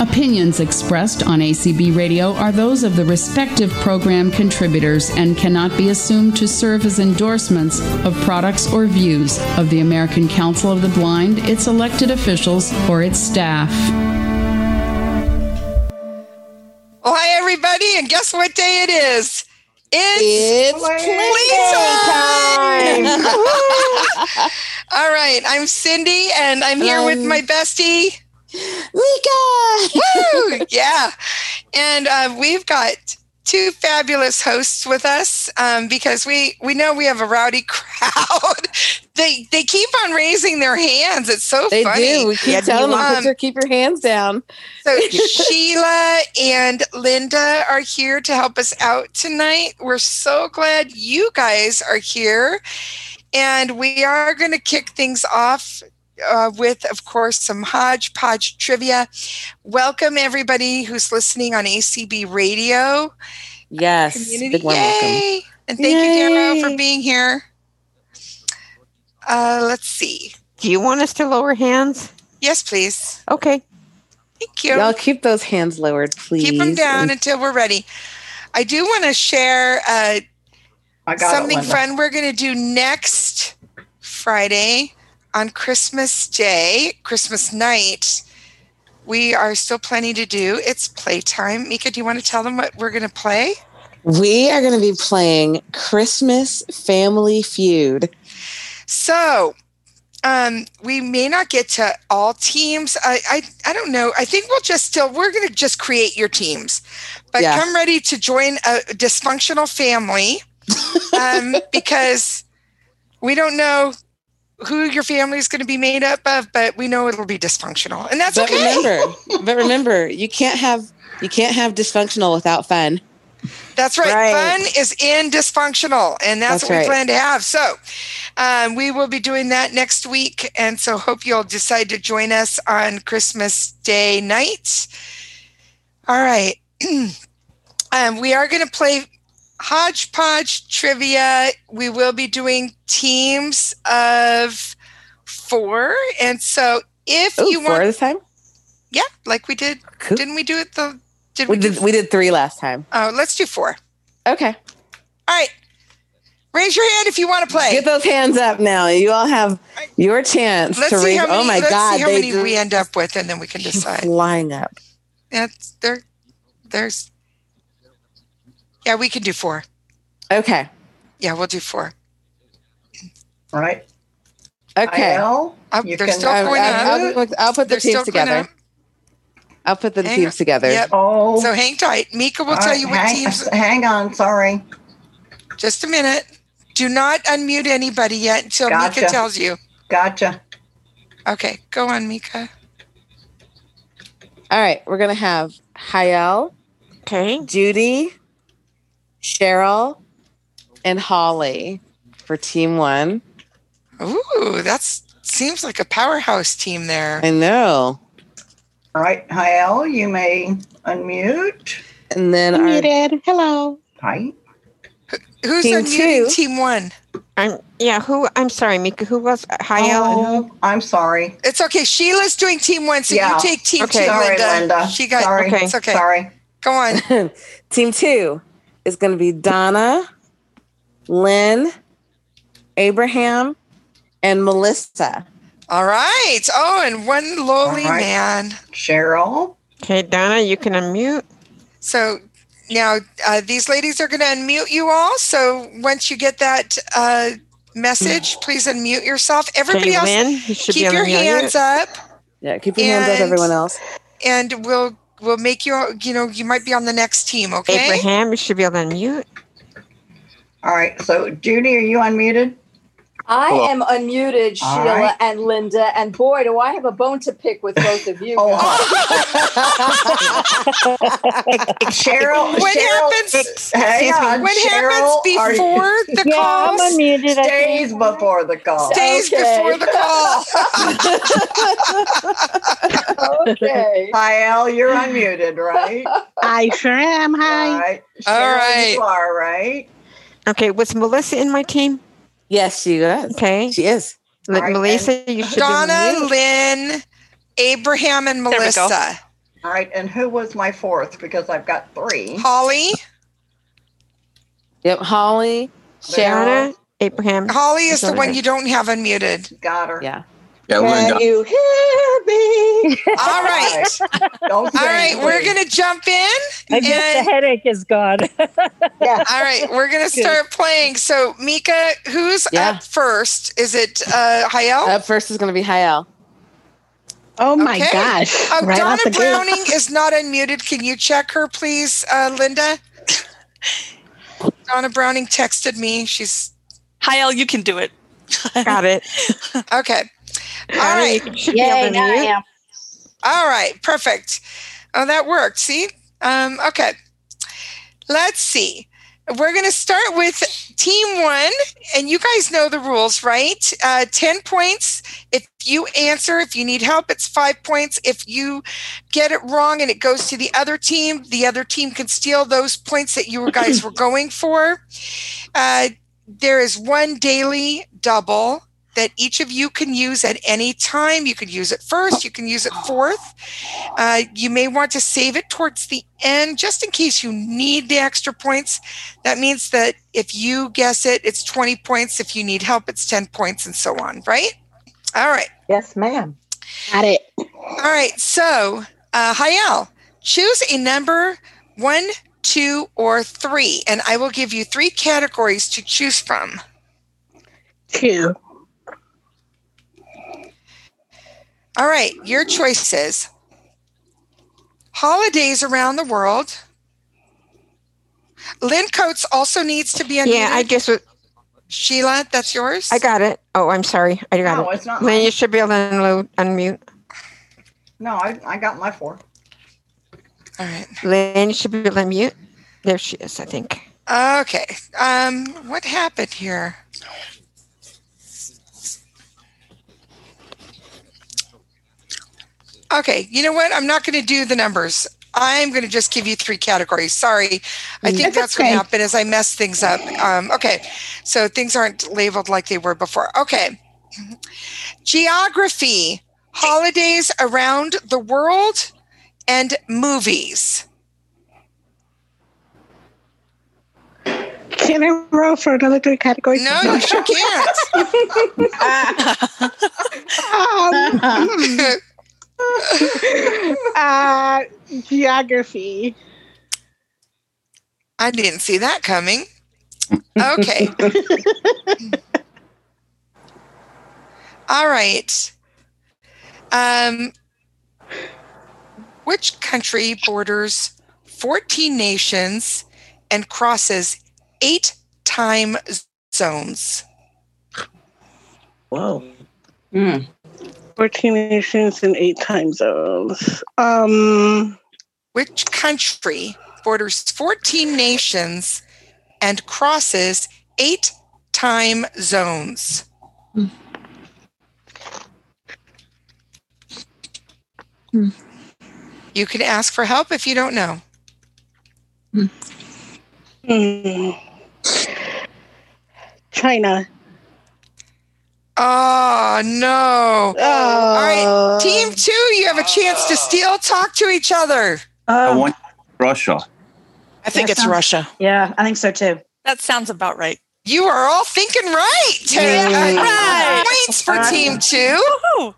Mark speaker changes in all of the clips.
Speaker 1: Opinions expressed on ACB Radio are those of the respective program contributors and cannot be assumed to serve as endorsements of products or views of the American Council of the Blind, its elected officials, or its staff.
Speaker 2: Well, Oh, hi, everybody, and guess what day it is? It's,
Speaker 3: It's play
Speaker 2: play time. Woo-hoo. All right, I'm Cindy, and I'm here with
Speaker 3: Um,
Speaker 2: my bestie.
Speaker 3: Lika!
Speaker 2: Woo! yeah. And uh, we've got two fabulous hosts with us um, because we, we know we have a rowdy crowd. they they keep on raising their hands. It's so
Speaker 3: They
Speaker 2: funny.
Speaker 3: do. We keep
Speaker 2: Yeah,
Speaker 3: telling
Speaker 2: you,
Speaker 3: them, put
Speaker 2: um,
Speaker 3: your- keep your hands down.
Speaker 2: So Sheila and Linda are here to help us out tonight. We're so glad you guys are here. And we are going to kick things off uh, with, of course, some hodgepodge trivia. Welcome, everybody who's listening on ACB Radio
Speaker 4: Yes.
Speaker 2: community.
Speaker 4: Big warm welcome.
Speaker 2: Yay! And thank you, Darrow, for
Speaker 3: Yay.
Speaker 2: being here. Uh, let's see.
Speaker 5: Do you want us to lower hands?
Speaker 2: Yes, please.
Speaker 5: Okay.
Speaker 2: Thank you.
Speaker 3: Y'all keep those hands lowered, please.
Speaker 2: keep them down until we're ready. I do want to share uh,
Speaker 6: I got
Speaker 2: something
Speaker 6: it, Linda.
Speaker 2: fun we're going to do next Friday on Christmas Day, Christmas night. We are still planning to do it's playtime. Mika, do you want to tell them what we're going to play?
Speaker 3: We are going to be playing Christmas Family Feud.
Speaker 2: So, um, we may not get to all teams. I, I, I don't know. I think we'll just still, we're going to just create your teams. But
Speaker 3: Yeah.
Speaker 2: come ready to join a dysfunctional family um, because we don't know who your family is going to be made up of, but we know it'll be dysfunctional. And that's
Speaker 3: but
Speaker 2: okay.
Speaker 3: remember, but remember, you can't have you can't have dysfunctional without fun.
Speaker 2: That's right.
Speaker 5: Right.
Speaker 2: Fun is in dysfunctional, and that's,
Speaker 3: That's
Speaker 2: what we
Speaker 3: right.
Speaker 2: plan to have. So, um, we will be doing that next week, and so hope you'll decide to join us on Christmas Day night. All right, um, we are going to play hodgepodge trivia. We will be doing teams of four, and so if
Speaker 3: Ooh,
Speaker 2: you
Speaker 3: four
Speaker 2: want,
Speaker 3: this time?
Speaker 2: yeah, like we did,
Speaker 3: Cool.
Speaker 2: didn't we do it? The did we?
Speaker 3: We did we did three last time.
Speaker 2: oh, let's do four.
Speaker 3: Okay.
Speaker 2: All right. Raise your hand if you want to play.
Speaker 3: Get those hands up now. You all have your chance
Speaker 2: Let's
Speaker 3: to
Speaker 2: see
Speaker 3: raise.
Speaker 2: how many,
Speaker 3: oh my
Speaker 2: let's
Speaker 3: god,
Speaker 2: see how
Speaker 3: they
Speaker 2: many
Speaker 3: just
Speaker 2: we end up with, and then we can
Speaker 3: keep
Speaker 2: decide.
Speaker 3: flying up.
Speaker 2: That's there. There's. Yeah, we can do four.
Speaker 3: Okay.
Speaker 2: Yeah, we'll do four.
Speaker 6: All right.
Speaker 3: Okay.
Speaker 6: IL,
Speaker 2: Up,
Speaker 6: you
Speaker 2: Uh, they're
Speaker 6: can-
Speaker 2: still
Speaker 3: I-
Speaker 2: going
Speaker 3: I-
Speaker 2: up.
Speaker 3: I'll, put- I'll put the
Speaker 2: They're still
Speaker 3: teams
Speaker 2: going up.
Speaker 3: together. I'll put the
Speaker 2: Hang
Speaker 3: teams
Speaker 2: on.
Speaker 3: together.
Speaker 2: Yep.
Speaker 6: Oh,
Speaker 2: So hang tight. Mika will
Speaker 6: all
Speaker 2: tell
Speaker 6: right,
Speaker 2: you what
Speaker 6: hang,
Speaker 2: teams.
Speaker 6: Hang on, sorry.
Speaker 2: Just a minute. Do not unmute anybody yet until Mika
Speaker 6: Gotcha.
Speaker 2: tells you.
Speaker 6: Gotcha.
Speaker 2: Okay, go on, Mika.
Speaker 3: All right. We're gonna have Hayel,
Speaker 5: Okay.
Speaker 3: Judy, Cheryl, and Holly for team one.
Speaker 2: Ooh, that's seems like a powerhouse team there.
Speaker 3: I know.
Speaker 6: All right, Hal, you may unmute.
Speaker 3: And then our
Speaker 4: Hello.
Speaker 6: Hi.
Speaker 2: Who's
Speaker 3: Team
Speaker 2: unmuting
Speaker 3: two.
Speaker 2: team one?
Speaker 5: I'm yeah, who I'm sorry, Mika, who was Hayel?
Speaker 6: Oh, I'm sorry.
Speaker 2: It's okay. Sheila's doing team one, so
Speaker 6: Yeah.
Speaker 2: you take team
Speaker 5: Okay.
Speaker 2: two,
Speaker 6: Sorry,
Speaker 2: Linda.
Speaker 6: Linda.
Speaker 2: She got
Speaker 6: Sorry.
Speaker 2: okay. It's okay.
Speaker 6: Sorry.
Speaker 2: Go on.
Speaker 3: team two is going to be Donna, Lynn, Abraham, and Melissa.
Speaker 2: All right. Oh, and one lowly
Speaker 6: All right.
Speaker 2: man.
Speaker 6: Cheryl.
Speaker 5: Okay, Donna, you can unmute.
Speaker 2: So now uh, these ladies are going to unmute you all. So once you get that uh, message, please unmute yourself. Everybody
Speaker 5: Okay,
Speaker 2: else,
Speaker 5: Lynn, you should
Speaker 2: keep
Speaker 5: be
Speaker 2: your
Speaker 5: unmute.
Speaker 2: hands up,
Speaker 3: Yeah, keep your hands up,
Speaker 2: And-
Speaker 3: everyone else.
Speaker 2: and we'll we'll make you. You know, you might be on the next team. Okay.
Speaker 5: Abraham, you should be able to unmute.
Speaker 6: All right. So, Judy, are you unmuted?
Speaker 7: I
Speaker 8: Hello.
Speaker 7: am unmuted,
Speaker 6: All
Speaker 7: Sheila
Speaker 6: right.
Speaker 7: and Linda, and boy, do I have a bone to pick with both of you.
Speaker 6: Oh, Cheryl.
Speaker 2: What
Speaker 6: Cheryl,
Speaker 2: happens-
Speaker 6: Hang
Speaker 5: excuse me,
Speaker 6: on.
Speaker 2: What happens
Speaker 6: Cheryl, are you-
Speaker 2: before the
Speaker 4: Yeah,
Speaker 2: calls?
Speaker 4: I'm unmuted. I
Speaker 6: Days
Speaker 4: think.
Speaker 6: before the
Speaker 4: Oh,
Speaker 6: call.
Speaker 2: Stays
Speaker 7: Okay.
Speaker 2: before the call.
Speaker 7: okay.
Speaker 6: Hal, you're unmuted, right?
Speaker 4: I sure am. Hi.
Speaker 6: Right.
Speaker 2: All
Speaker 6: Cheryl,
Speaker 2: right.
Speaker 6: You are right.
Speaker 5: Okay, was Melissa in my team?
Speaker 3: Yes, she is.
Speaker 5: Okay.
Speaker 3: She is.
Speaker 5: Li-
Speaker 6: All right,
Speaker 5: Melissa, you should
Speaker 2: Donna,
Speaker 5: be mute.
Speaker 2: Lynn, Abraham, and
Speaker 9: There we go.
Speaker 2: Melissa.
Speaker 6: All right, and who was my fourth? Because I've got three.
Speaker 2: Holly,
Speaker 3: Yep, Holly, Sharon.
Speaker 5: Donna Abraham.
Speaker 2: Holly is the
Speaker 5: Sorry.
Speaker 2: one you don't have unmuted.
Speaker 6: Got her.
Speaker 3: Yeah.
Speaker 8: Yeah, we're in
Speaker 7: Can you hear me?
Speaker 2: All right,
Speaker 6: Don't
Speaker 2: all right, we're gonna jump in.
Speaker 9: I guess
Speaker 2: And-
Speaker 9: the headache is gone.
Speaker 7: Yeah.
Speaker 2: All right, we're gonna start playing. So Mika, who's
Speaker 3: Yeah.
Speaker 2: up first? Is it uh, Hayel?
Speaker 3: Up first is going to be Hayel.
Speaker 4: Oh my
Speaker 2: Okay.
Speaker 4: gosh.
Speaker 2: Oh,
Speaker 4: right off the
Speaker 2: Donna
Speaker 4: gate.
Speaker 2: Browning is not unmuted. Can you check her, please, uh, Linda? Donna Browning texted me. She's
Speaker 10: Hael, you can do it.
Speaker 5: Got it.
Speaker 2: okay. All right.
Speaker 5: Should
Speaker 7: Yay,
Speaker 5: be able
Speaker 7: now I
Speaker 5: to mute.
Speaker 7: am.
Speaker 2: All right, perfect. Oh, that worked. See? Um, okay. Let's see. We're going to start with team one, and you guys know the rules, right? Uh, 10 points. If you answer, if you need help, it's five points. If you get it wrong and it goes to the other team, the other team can steal those points that you guys were going for. Uh, there is one daily double that each of you can use at any time. You could use it first, you can use it fourth. Uh, you may want to save it towards the end just in case you need the extra points. That means that if you guess it, it's 20 points. If you need help, it's 10 points and so on, right? All right.
Speaker 7: Yes, ma'am.
Speaker 4: Got it.
Speaker 2: All right. So, uh, Hayal, choose a number one, two, or three, and I will give you three categories to choose from.
Speaker 4: Two.
Speaker 2: All right, your choices. Holidays around the world. Lynn Coates also needs to be unmuted.
Speaker 5: Yeah, I just was-
Speaker 2: Sheila, that's yours.
Speaker 5: I got it. Oh, I'm sorry. I got
Speaker 6: No,
Speaker 5: it.
Speaker 6: it's not.
Speaker 5: Lynn,
Speaker 6: mine.
Speaker 5: you should be able to unlo- unmute.
Speaker 6: No, I, I got my four.
Speaker 2: All right.
Speaker 5: Lynn, you should be able to unmute. There she is, I think.
Speaker 2: Okay. Um, what happened here? Okay. You know what? I'm not going to do the numbers. I'm going to just give you three categories. Sorry. I think
Speaker 6: That's
Speaker 2: that's going
Speaker 6: okay.
Speaker 2: to happen as I mess things up. Um, okay. So things aren't labeled like they were before. Okay. Geography, holidays around the world, and movies.
Speaker 4: Can I roll for another three categories?
Speaker 2: No, you sure can't.
Speaker 4: Um, hmm. uh, geography.
Speaker 2: I didn't see that coming. Okay. All right. Um, which country borders 14 nations and crosses eight time zones?
Speaker 6: Whoa.
Speaker 4: 14 nations and eight time zones. Um,
Speaker 2: Which country borders 14 nations and crosses eight time zones? You can ask for help if you don't know.
Speaker 4: hmm. China.
Speaker 2: Oh, no.
Speaker 11: Oh.
Speaker 2: right, Team two, you have a chance to steal. Talk to each other.
Speaker 11: Oh,
Speaker 8: I want Russia.
Speaker 10: I think
Speaker 11: That
Speaker 10: it's
Speaker 11: sounds-
Speaker 10: Russia.
Speaker 11: yeah, I think so too.
Speaker 10: That sounds about right.
Speaker 2: You are all thinking right.
Speaker 4: Yeah.
Speaker 2: Uh,
Speaker 10: Right.
Speaker 2: Points for team two.
Speaker 10: Woohoo!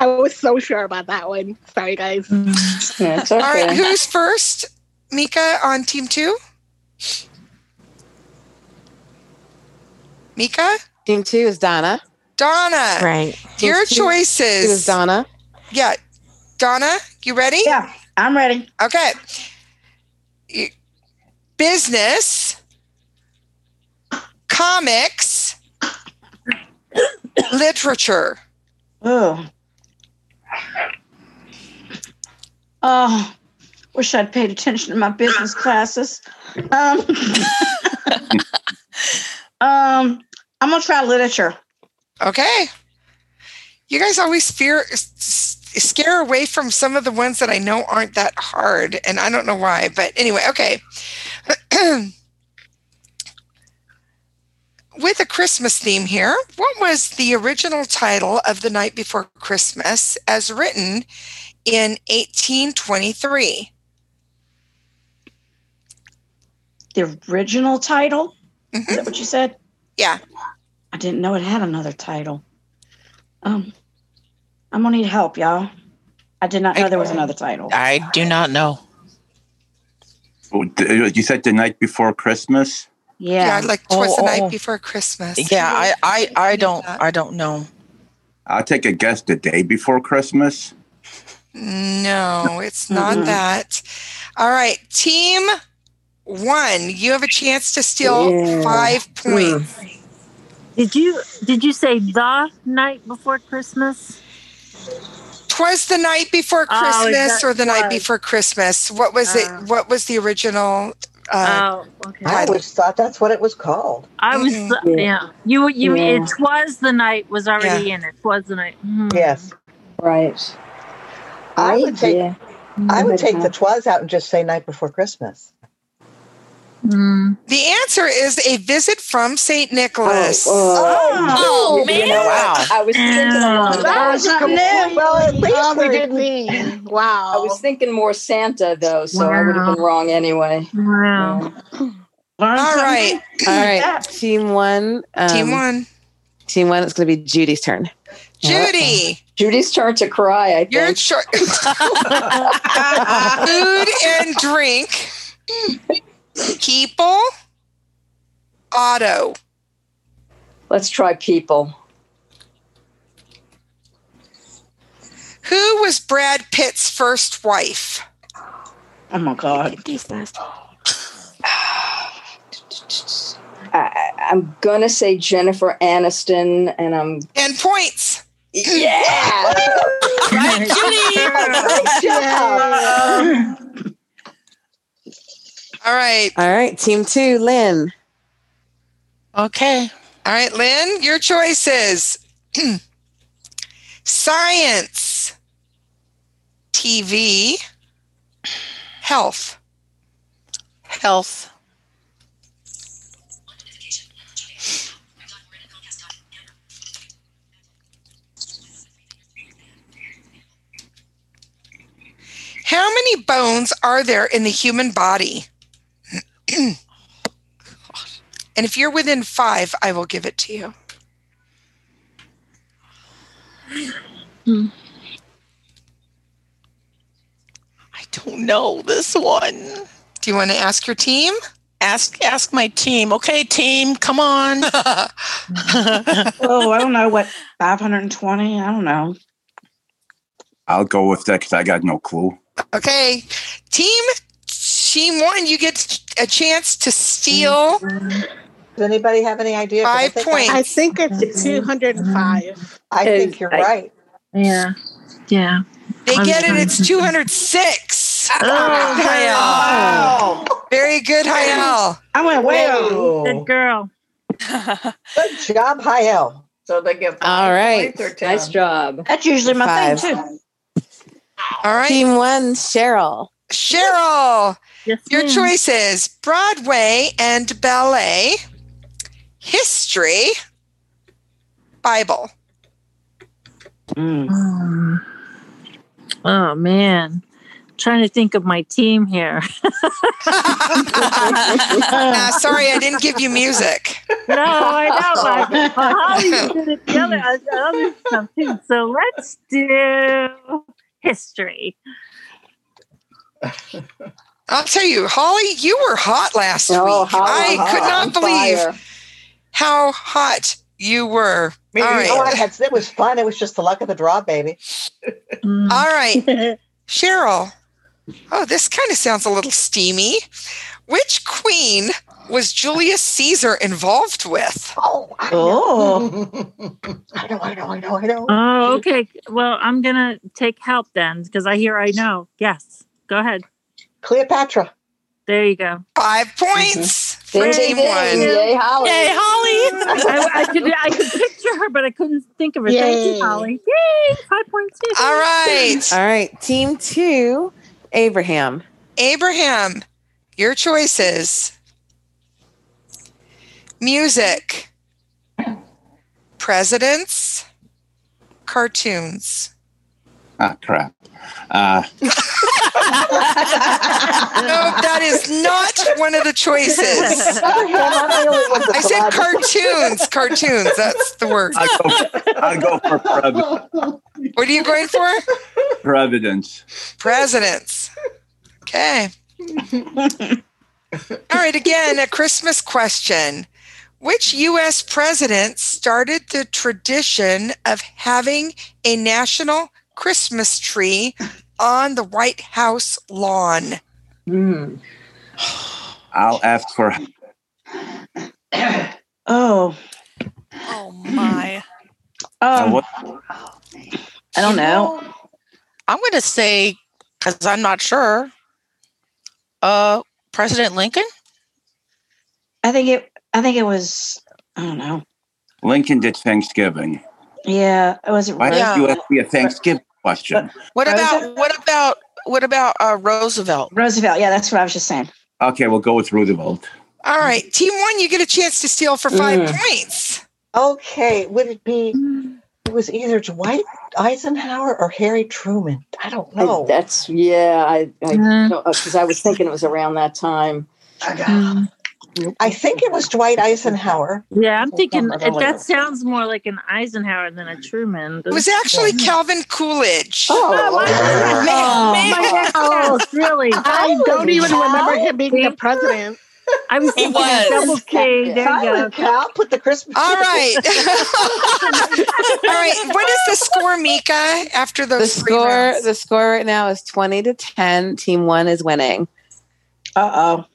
Speaker 4: I was so sure about that one. Sorry, guys.
Speaker 11: Mm. Yeah, it's okay.
Speaker 2: All right, who's first? Mika on team two? Mika?
Speaker 3: Team two is Donna.
Speaker 2: Donna,
Speaker 5: Right.
Speaker 2: your
Speaker 3: Team two- Two is
Speaker 2: choices.
Speaker 3: Donna.
Speaker 2: Yeah. Donna, you ready?
Speaker 11: yeah, I'm ready.
Speaker 2: Okay. You- Business, comics, literature.
Speaker 11: Oh. Oh, wish I'd paid attention to my business classes. Um, um, I'm gonna try literature.
Speaker 2: Okay. You guys always fear, s- s- scare away from some of the ones that I know aren't that hard, and I don't know why. But anyway, okay. with a Christmas theme here, what was the original title of The Night Before Christmas as written in 1823?
Speaker 11: The original title? Is that what you said?
Speaker 2: Yeah.
Speaker 11: I didn't know it had another title. Um, I'm gonna need help, y'all. I did not know there was another title.
Speaker 8: I do not know.
Speaker 9: Oh, th- You said the night before Christmas.
Speaker 11: Yeah.
Speaker 2: like towards
Speaker 8: Oh,
Speaker 2: The Night
Speaker 8: oh.
Speaker 2: Before Christmas.
Speaker 8: Yeah, I, I, I don't I don't know.
Speaker 9: I'll take a guess. The day before Christmas.
Speaker 2: No, it's not
Speaker 11: Mm-mm.
Speaker 2: that. All right, team one, you have a chance to steal
Speaker 3: Yeah.
Speaker 2: five
Speaker 7: Hmm. Mm.
Speaker 2: points.
Speaker 12: Did you did you say the night before Christmas?
Speaker 2: Twas the night before
Speaker 12: Oh, is
Speaker 2: Christmas
Speaker 12: that
Speaker 2: or the night
Speaker 12: twas?
Speaker 2: before Christmas. What was
Speaker 12: Oh.
Speaker 2: it? What was the original? Uh,
Speaker 12: Oh, okay.
Speaker 2: I always
Speaker 7: thought that's what it was called.
Speaker 12: I was
Speaker 2: Mhm.
Speaker 12: yeah. You you
Speaker 3: Yeah.
Speaker 12: it was the night was already in it. Was the night. Hmm.
Speaker 7: Yes.
Speaker 13: Right.
Speaker 7: I would take I would take the
Speaker 13: the.
Speaker 7: twas out and just say night before Christmas.
Speaker 12: Hmm.
Speaker 7: Mm.
Speaker 2: the answer is a visit from St. Nicholas.
Speaker 10: Oh,
Speaker 7: You
Speaker 10: man.
Speaker 7: know,
Speaker 8: Wow.
Speaker 7: I, I was thinking along
Speaker 4: That
Speaker 7: that.
Speaker 4: was a completely
Speaker 7: Well, at least we
Speaker 4: other
Speaker 7: didn't-
Speaker 4: thing. Wow.
Speaker 13: I was thinking more Santa though, so I would have been wrong anyway.
Speaker 12: Wow.
Speaker 11: Learn
Speaker 2: All
Speaker 11: something.
Speaker 2: right,
Speaker 3: All right, team one. Um,
Speaker 2: team one,
Speaker 3: Team one. It's going to be Judy's turn.
Speaker 2: Judy,
Speaker 13: Judy's turn to cry. I
Speaker 2: you're
Speaker 13: think.
Speaker 2: in short. Food and drink, people, auto.
Speaker 13: Let's try people.
Speaker 2: Who was Brad Pitt's first wife?
Speaker 11: Oh my god.
Speaker 5: These last.
Speaker 13: I, I- I'm gonna say Jennifer Aniston, and I'm
Speaker 2: Ten points.
Speaker 13: yeah.
Speaker 10: Right, Judy.
Speaker 2: All right.
Speaker 3: All right, team two. Lynn.
Speaker 8: Okay.
Speaker 2: All right, Lynn, your choices science, TV, health.
Speaker 8: Health.
Speaker 2: How many bones are there in the human body? and if you're within five, I will give it to you.
Speaker 8: I don't know this one.
Speaker 2: Do you want to ask your team?
Speaker 8: Ask ask my team. Okay, team, come on.
Speaker 11: Oh, I don't know what 520. I don't know.
Speaker 9: I'll go with that because I got no clue.
Speaker 2: Okay, team team one, you get a chance to steal
Speaker 7: Does anybody have any idea? 'Cause I
Speaker 2: five
Speaker 7: think
Speaker 2: points.
Speaker 4: I think it's 205.
Speaker 7: I, I think you're
Speaker 13: I-
Speaker 7: right.
Speaker 12: Yeah. Yeah.
Speaker 2: They
Speaker 12: I'm
Speaker 2: get it.
Speaker 12: sorry.
Speaker 2: It's 206. Hayal.
Speaker 6: Wow.
Speaker 2: Very good, Hayal.
Speaker 11: I went way over.
Speaker 12: Good girl.
Speaker 7: Good job, Hayel.
Speaker 6: So they get
Speaker 3: All right.
Speaker 13: Nice job.
Speaker 11: That's usually my
Speaker 3: Five.
Speaker 11: thing too.
Speaker 2: All right.
Speaker 3: Team one. Cheryl.
Speaker 2: Cheryl,
Speaker 12: Yes,
Speaker 2: your
Speaker 12: ma'am.
Speaker 2: choices Broadway and ballet, history, Bible.
Speaker 11: Mm.
Speaker 12: Um, oh man, trying to think of my team here.
Speaker 2: Uh, sorry, I didn't give you music.
Speaker 12: No, I know. But Holly did it the other, uh, the other stuff too. So let's do history.
Speaker 2: I'll tell you, Holly, you were hot last
Speaker 13: Oh,
Speaker 2: week.
Speaker 13: how-
Speaker 2: I
Speaker 13: how-
Speaker 2: could
Speaker 13: on
Speaker 2: not believe
Speaker 13: fire.
Speaker 2: how hot you were.
Speaker 6: Me
Speaker 2: All
Speaker 6: neither.
Speaker 2: right.
Speaker 7: Oh, I had, it was fun. It was just the luck of the draw, baby.
Speaker 12: Mm.
Speaker 2: All right, Cheryl. Oh, this kind of sounds a little steamy. Which queen was Julius Caesar involved with?
Speaker 7: Oh, I know.
Speaker 11: Oh.
Speaker 7: I know, I know, I know, I know.
Speaker 12: Oh, okay. Well, I'm gonna take help then because I hear I know. Yes, go ahead.
Speaker 7: Cleopatra.
Speaker 12: There you go.
Speaker 2: Five points for
Speaker 11: Mm-hmm.
Speaker 13: Ding, ding,
Speaker 2: team
Speaker 13: ding.
Speaker 2: one.
Speaker 13: Yay, Holly.
Speaker 10: Yay, Holly.
Speaker 12: I, I could I could picture her, but I couldn't think of her. Thank
Speaker 4: Yay.
Speaker 12: you, Holly. Yay! Five points. yay.
Speaker 2: All right,
Speaker 3: All right, team two. Abraham.
Speaker 2: Abraham, your choices music, presidents, cartoons.
Speaker 9: Ah, crap. Uh,
Speaker 2: No, that is not one of the choices. I said cartoons, cartoons. That's the word.
Speaker 9: I'll go, I'll go for Providence.
Speaker 2: What are you going for?
Speaker 9: Providence.
Speaker 2: Presidents. Okay. All right, again, a Christmas question. Which U.S. president started the tradition of having a national Christmas tree on the White House lawn?
Speaker 9: I'll ask for. uh,
Speaker 14: Oh
Speaker 11: Oh.
Speaker 14: my.
Speaker 9: Uh, what?
Speaker 11: I don't know.
Speaker 14: I'm going to say, because I'm not sure, uh, President Lincoln?
Speaker 11: I think it. I think it was. I don't know.
Speaker 9: Lincoln did Thanksgiving.
Speaker 11: Yeah, it was.
Speaker 9: Why
Speaker 14: Yeah.
Speaker 9: did you ask me a Thanksgiving question?
Speaker 14: What about, what about, what about uh, Roosevelt?
Speaker 11: Roosevelt. Yeah, that's what I was just saying.
Speaker 9: Okay, we'll go with Roosevelt.
Speaker 2: All right, team one, you get a chance to steal for five
Speaker 9: Mm.
Speaker 2: points.
Speaker 6: Okay, would it be? It was either Dwight Eisenhower or Harry Truman. I don't
Speaker 15: I-
Speaker 6: know.
Speaker 15: that's yeah. I
Speaker 12: Mm.
Speaker 15: because I was thinking it was around that time.
Speaker 6: I think it was Dwight Eisenhower.
Speaker 12: Mm. Yeah, I'm thinking
Speaker 6: Somewhat
Speaker 12: it,
Speaker 6: earlier.
Speaker 12: that sounds more like an Eisenhower than a Truman.
Speaker 2: It was actually
Speaker 12: Mm.
Speaker 2: Calvin Coolidge.
Speaker 12: Oh,
Speaker 2: Man.
Speaker 12: oh, really?
Speaker 4: I don't even remember him being the president.
Speaker 12: I was
Speaker 4: thinking
Speaker 12: was.
Speaker 4: double K. There you go.
Speaker 6: Silent Cal, put the Christmas.
Speaker 2: All right. All right. What is the score, Mika, after
Speaker 3: The
Speaker 2: those three
Speaker 3: score
Speaker 2: rounds?
Speaker 3: the score right now is 20 to 10. Team 1 is winning. Uh-oh.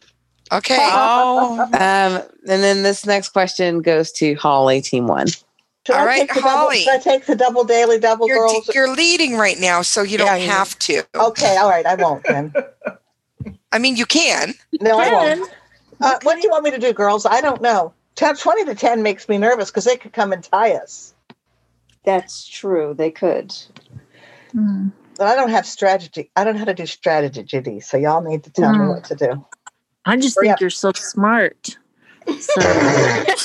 Speaker 2: Okay.
Speaker 3: Oh. Um and then this next question goes to Holly team 1.
Speaker 6: Should
Speaker 2: All
Speaker 6: I
Speaker 2: right,
Speaker 6: take the double-
Speaker 2: Holly.
Speaker 6: should I take the double daily double
Speaker 2: You're,
Speaker 6: girls?
Speaker 2: you're leading right now, so you don't have to.
Speaker 6: Okay, all right, I won't then.
Speaker 2: I mean, you can.
Speaker 6: No, I won't. Uh, What do you want me to do, girls? I don't know. 10, 20 to 10 makes me nervous because they could come and tie us.
Speaker 15: That's true. They could.
Speaker 16: Mm.
Speaker 6: But I don't have strategy. I don't know how to do strategy, so y'all need to tell me
Speaker 15: Mm-hmm.
Speaker 6: what to do.
Speaker 12: I just think you're so smart. So,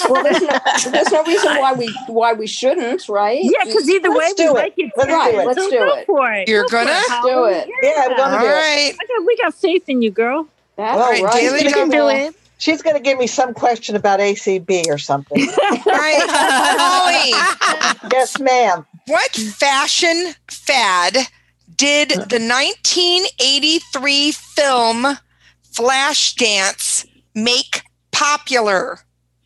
Speaker 15: Well, there's no, there's no reason why we why we shouldn't, right?
Speaker 12: Yeah, 'cause either way, Let's we do it. like it
Speaker 15: Let's
Speaker 12: too.
Speaker 15: do it. Let's
Speaker 12: So
Speaker 15: do
Speaker 12: go
Speaker 15: it.
Speaker 12: for it.
Speaker 2: You're
Speaker 12: Go for
Speaker 2: gonna?
Speaker 12: it,
Speaker 15: Do
Speaker 12: Holly.
Speaker 15: it.
Speaker 6: Yeah, I'm gonna do it.
Speaker 2: right.
Speaker 12: I got- we got faith in you, girl.
Speaker 15: That's
Speaker 6: Well,
Speaker 15: right.
Speaker 6: right.
Speaker 15: Daily
Speaker 6: She's gonna-
Speaker 15: double.
Speaker 6: She's going to give me some question about ACB or something.
Speaker 2: All right, Holly.
Speaker 6: yes, ma'am.
Speaker 2: What fashion fad did the 1983 film Flashdance make popular?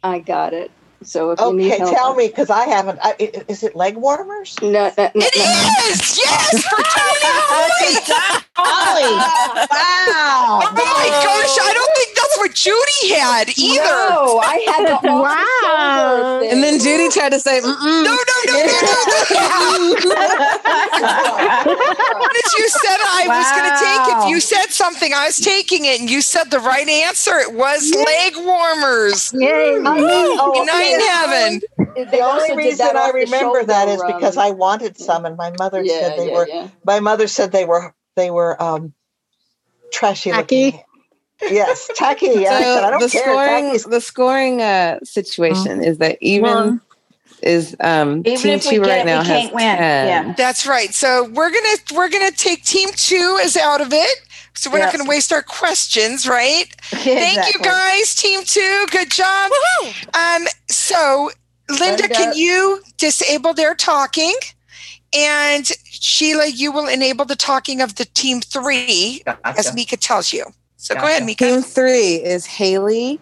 Speaker 15: I got it. So if you need
Speaker 6: Okay,
Speaker 15: help,
Speaker 6: tell me because I haven't. I, i- is it leg warmers?
Speaker 15: No, no, no,
Speaker 2: It is! Yes! For Tony Holly!
Speaker 6: Wow.
Speaker 2: Oh my gosh, I don't think that's what Judy had either.
Speaker 15: No, I had the wow.
Speaker 3: And then Judy tried to say, Mm-mm.
Speaker 2: No, no, no, no, no. what did you said I was going to take
Speaker 3: Wow.
Speaker 2: it? You said something. I was taking it, and you said the right answer. It was leg warmers.
Speaker 12: Yay.
Speaker 6: I mean, oh,
Speaker 2: Now in
Speaker 6: yeah.
Speaker 2: heaven.
Speaker 6: The only reason I remember that is because I wanted some, and my mother
Speaker 15: Yeah,
Speaker 6: said they
Speaker 15: yeah,
Speaker 6: were.
Speaker 15: yeah.
Speaker 6: My mother said they were. They were um, trashy looking. Yes, tacky.
Speaker 3: So
Speaker 6: I said, I don't
Speaker 3: the
Speaker 6: care.
Speaker 3: scoring
Speaker 6: tacky's
Speaker 3: the scoring uh, situation is that even
Speaker 6: Well-
Speaker 3: is um
Speaker 11: Mm. Even
Speaker 3: team
Speaker 11: if we
Speaker 3: 2
Speaker 11: get
Speaker 3: right
Speaker 11: it,
Speaker 3: now
Speaker 11: we
Speaker 3: has
Speaker 11: can't win.
Speaker 3: 10.
Speaker 11: Yeah.
Speaker 2: That's right. So we're gonna we're gonna take team two is out of it. So we're not
Speaker 11: Yes.
Speaker 2: gonna waste our questions, right? Thank you
Speaker 11: Exactly.
Speaker 2: guys, team two. Good job. Um, so Linda,
Speaker 15: Linda.
Speaker 2: can you disable their talking? And Sheila, you will enable the talking of the team three as Mika tells you. So go ahead, Mika.
Speaker 3: Team three is Haley,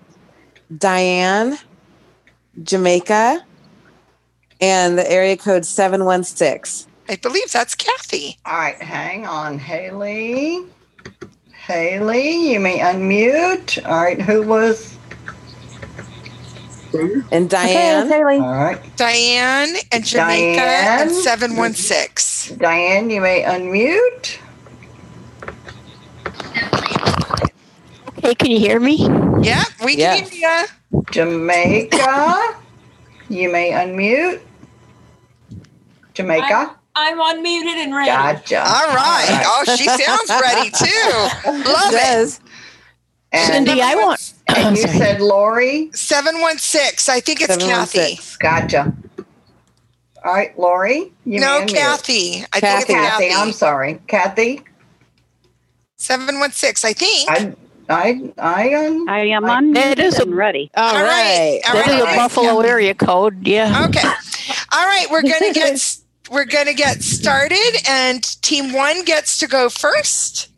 Speaker 3: Diane, Jamaica, and the area code 716.
Speaker 2: I believe that's Kathy.
Speaker 17: All right, hang on, Haley. Haley, you may unmute. All right, who was?
Speaker 3: And Diane,
Speaker 17: All right,
Speaker 2: Diane and Jamaica and
Speaker 17: Diane.
Speaker 2: 716.
Speaker 17: Diane, you may unmute.
Speaker 18: Hey, can you hear me?
Speaker 2: Yeah, we
Speaker 3: Yes.
Speaker 2: can hear you.
Speaker 17: Jamaica, you may unmute. Jamaica.
Speaker 16: I'm unmuted and ready.
Speaker 17: Gotcha.
Speaker 2: All right. Oh, she sounds ready too. Love it.
Speaker 3: does.
Speaker 17: And,
Speaker 18: Cindy, I want. Oh,
Speaker 17: and you said Lori.
Speaker 2: 716. I think it's Kathy.
Speaker 3: 716.
Speaker 17: Gotcha.
Speaker 6: All right, Lori. You
Speaker 2: No,
Speaker 6: may unmute.
Speaker 2: Kathy. I think it's Kathy.
Speaker 6: I'm sorry, Kathy.
Speaker 2: 716, I think.
Speaker 6: I I I um,
Speaker 12: I am on
Speaker 18: That is a,
Speaker 12: ready.
Speaker 18: all
Speaker 2: All right,
Speaker 18: right.
Speaker 2: all
Speaker 18: That is
Speaker 2: right.
Speaker 18: a Buffalo area code. Yeah.
Speaker 2: Okay. All right, we're gonna get we're gonna get started, and team one gets to go first.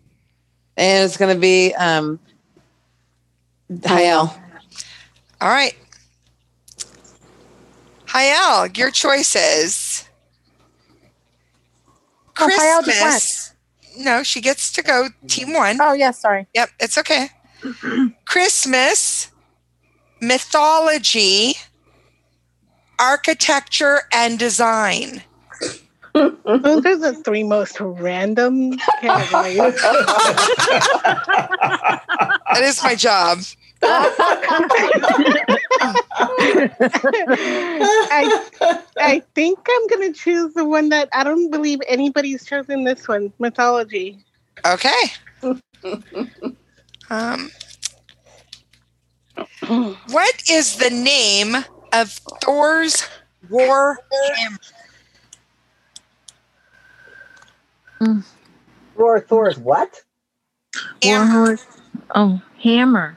Speaker 3: And it's going to be um, Hayel.
Speaker 2: All right, Hayal, your choices.
Speaker 14: Oh, Hayal just
Speaker 2: Christmas. No, she gets to go team one.
Speaker 14: Oh yeah, sorry.
Speaker 2: Yep, it's okay. Christmas, mythology, architecture, and design.
Speaker 4: Those are the three most random categories.
Speaker 2: That is my job.
Speaker 4: I, I think I'm going to choose the one that I don't believe anybody's chosen this one mythology.
Speaker 2: Okay. um, what is the name of Thor's war hammer?
Speaker 19: Roar Thor is what?
Speaker 12: Warhorse. Oh, hammer.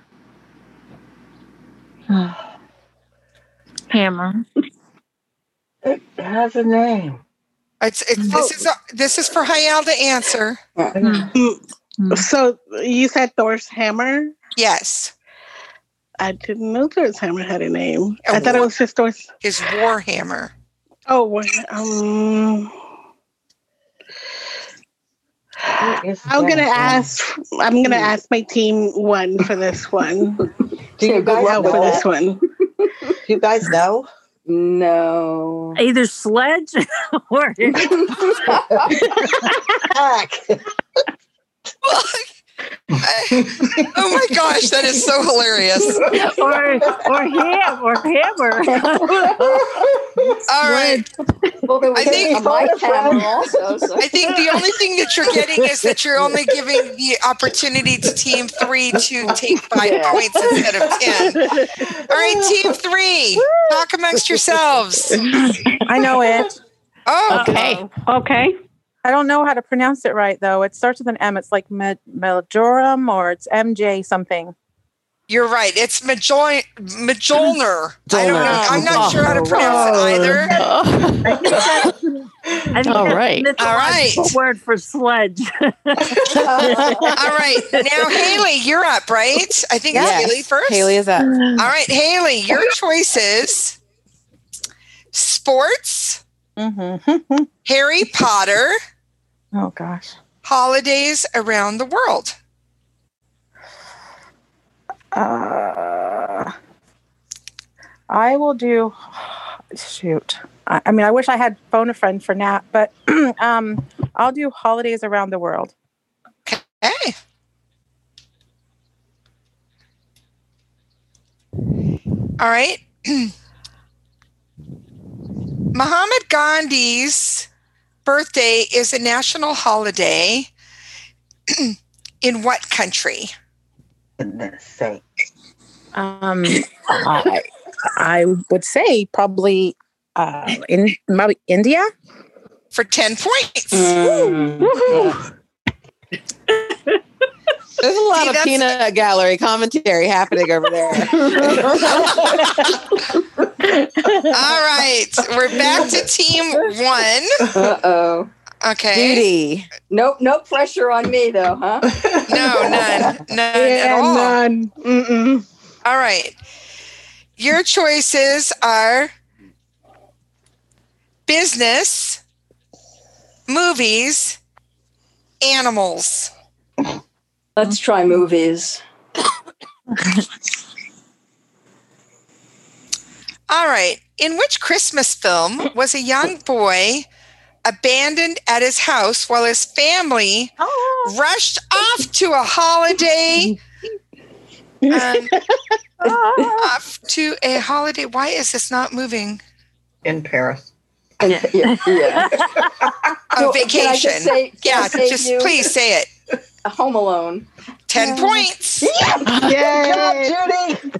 Speaker 12: hammer.
Speaker 19: It has a name.
Speaker 2: It's, it's,
Speaker 14: Oh.
Speaker 2: this is a, this is for Hayal to answer.
Speaker 4: So you said Thor's hammer?
Speaker 2: Yes,
Speaker 4: I didn't know Thor's hammer had a name. I thought
Speaker 2: Oh.
Speaker 4: it was just Thor's.
Speaker 2: his war hammer.
Speaker 4: Oh, well, um, I'm gonna ask. I'm gonna ask my team one for this one.
Speaker 19: Do you guys
Speaker 4: Go
Speaker 19: know
Speaker 4: for this
Speaker 19: that?
Speaker 4: one.
Speaker 19: Do you guys know? No.
Speaker 12: Either sledge or
Speaker 2: Oh my gosh, that is so hilarious.
Speaker 12: or or ham or hammer.
Speaker 2: All right.
Speaker 13: Well, there was
Speaker 2: I think-
Speaker 13: a mic hammer also. So.
Speaker 2: I think the only thing that you're getting is that you're only giving the opportunity to team three to take five
Speaker 10: Yeah.
Speaker 2: points instead of ten. All right, team three, talk amongst yourselves.
Speaker 14: I know it.
Speaker 2: Oh,
Speaker 14: Okay. I don't know how to pronounce it right though. It starts with an M. It's like Med- Meljorum or it's MJ something.
Speaker 2: you're right. It's Majol- Majolner. I don't know. I'm not sure how to pronounce it either.
Speaker 12: I think
Speaker 2: All
Speaker 12: that's
Speaker 2: right.
Speaker 12: the
Speaker 2: All right.
Speaker 12: mythological Word for sledge.
Speaker 2: All right, now Haley, you're up, right? I think
Speaker 3: Yes.
Speaker 2: it's Haley first.
Speaker 3: Haley is up.
Speaker 2: All right, Haley, your choices: sports, Harry Potter,
Speaker 14: Oh gosh.
Speaker 2: holidays around the world.
Speaker 14: Uh, I will do. Shoot. I, I mean, I wish I had phone a friend for Nat, but um, I'll do holidays around the world.
Speaker 2: Hey. All right. Muhammad Gandhi's birthday is a national holiday in what country?
Speaker 19: Say.
Speaker 14: Um, I, I would say probably uh, in maybe India.
Speaker 2: For 10 points.
Speaker 3: There's a lot of peanut gallery commentary happening over there.
Speaker 2: All right. We're back to team one.
Speaker 13: Uh oh.
Speaker 2: Okay.
Speaker 3: Judy.
Speaker 13: Nope, no pressure on me though, huh?
Speaker 2: No, none. None at
Speaker 13: Yeah,
Speaker 2: all.
Speaker 13: none.
Speaker 2: All right. Your choices are business, movies, animals.
Speaker 13: Let's try movies.
Speaker 2: All right. In which Christmas film was a young boy abandoned at his house while his family rushed off to a holiday? um, off to a holiday. Why is this not moving?
Speaker 6: in Paris.
Speaker 13: Yeah. yeah.
Speaker 2: Oh,
Speaker 13: Well, can I just
Speaker 2: vacation.
Speaker 13: say- can I
Speaker 2: yeah,
Speaker 13: save
Speaker 2: just
Speaker 13: you?
Speaker 2: please say it.
Speaker 13: Home Alone.
Speaker 2: 10 points.
Speaker 19: Yay. Judy.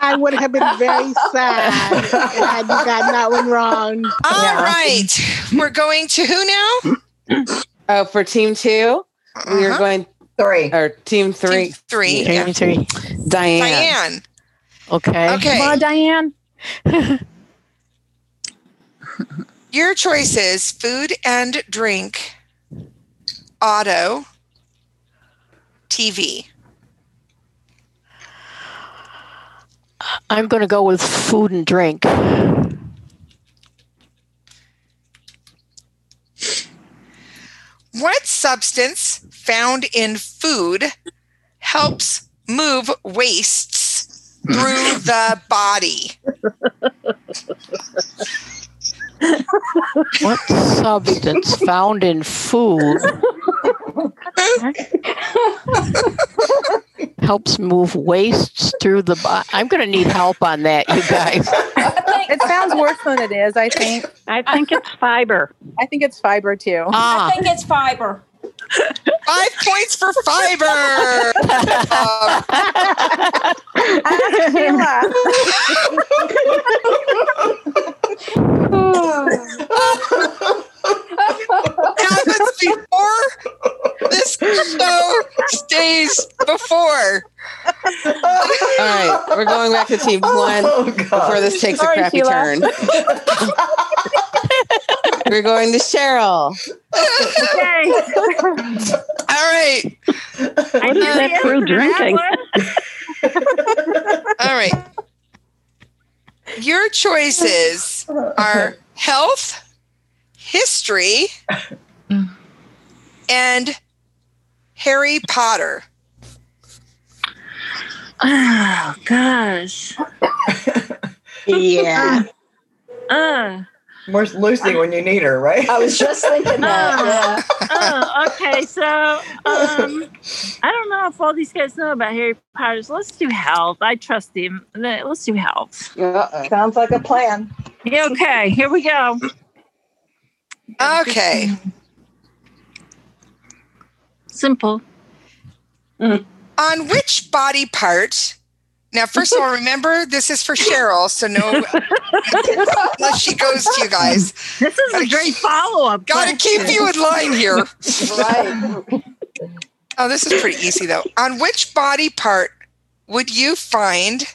Speaker 4: I would have been very sad had you gotten that one wrong.
Speaker 2: All right. We're going to who now?
Speaker 3: Oh, for team 2 we we're
Speaker 2: Uh-huh.
Speaker 3: going
Speaker 6: three
Speaker 3: or team three.
Speaker 2: three,
Speaker 3: Team
Speaker 2: yeah.
Speaker 3: three. Diane.
Speaker 2: Diane.
Speaker 18: Okay.
Speaker 2: Okay.
Speaker 18: Come on, Diane.
Speaker 2: Your choices food and drink, auto, TV.
Speaker 18: I'm going to go with food and drink.
Speaker 2: What substance found in food helps move wastes through the body?
Speaker 18: What substance found in food helps move wastes through the body? I'm going to need help on that, you guys.
Speaker 14: it sounds worse than it is. I think. I think it's fiber. I think it's fiber too.
Speaker 18: Ah.
Speaker 7: I think it's fiber.
Speaker 2: Five points for fiber. Happens before this show stays before.
Speaker 3: All right, we're going back to team one before this takes
Speaker 2: Oh, Sorry,
Speaker 3: a crappy
Speaker 2: Sheila.
Speaker 3: turn. we're going to Cheryl.
Speaker 12: Okay.
Speaker 2: All right.
Speaker 12: I knew
Speaker 10: that
Speaker 12: the
Speaker 10: through
Speaker 12: answer to
Speaker 10: drinking?
Speaker 12: one.
Speaker 2: All right. Your choices are health, history, and Harry Potter.
Speaker 12: Oh gosh.
Speaker 19: yeah.
Speaker 12: Uh,
Speaker 6: Where's Lucy when you need her, right?
Speaker 12: I was just
Speaker 13: thinking
Speaker 12: that, oh, okay. So um, I don't know if all these guys know about Harry Potter. So let's do health. I trust him. Let- Let's do health.
Speaker 19: Sounds like a plan.
Speaker 12: Yeah, okay, here we go.
Speaker 2: Okay.
Speaker 12: Simple.
Speaker 2: On which body part? Now, first of all, remember this is for Cheryl, so no, unless she goes to you guys.
Speaker 12: This is a great follow up.
Speaker 2: Gotta keep you in line here.
Speaker 13: right.
Speaker 2: Oh, this is pretty easy though. On which body part would you find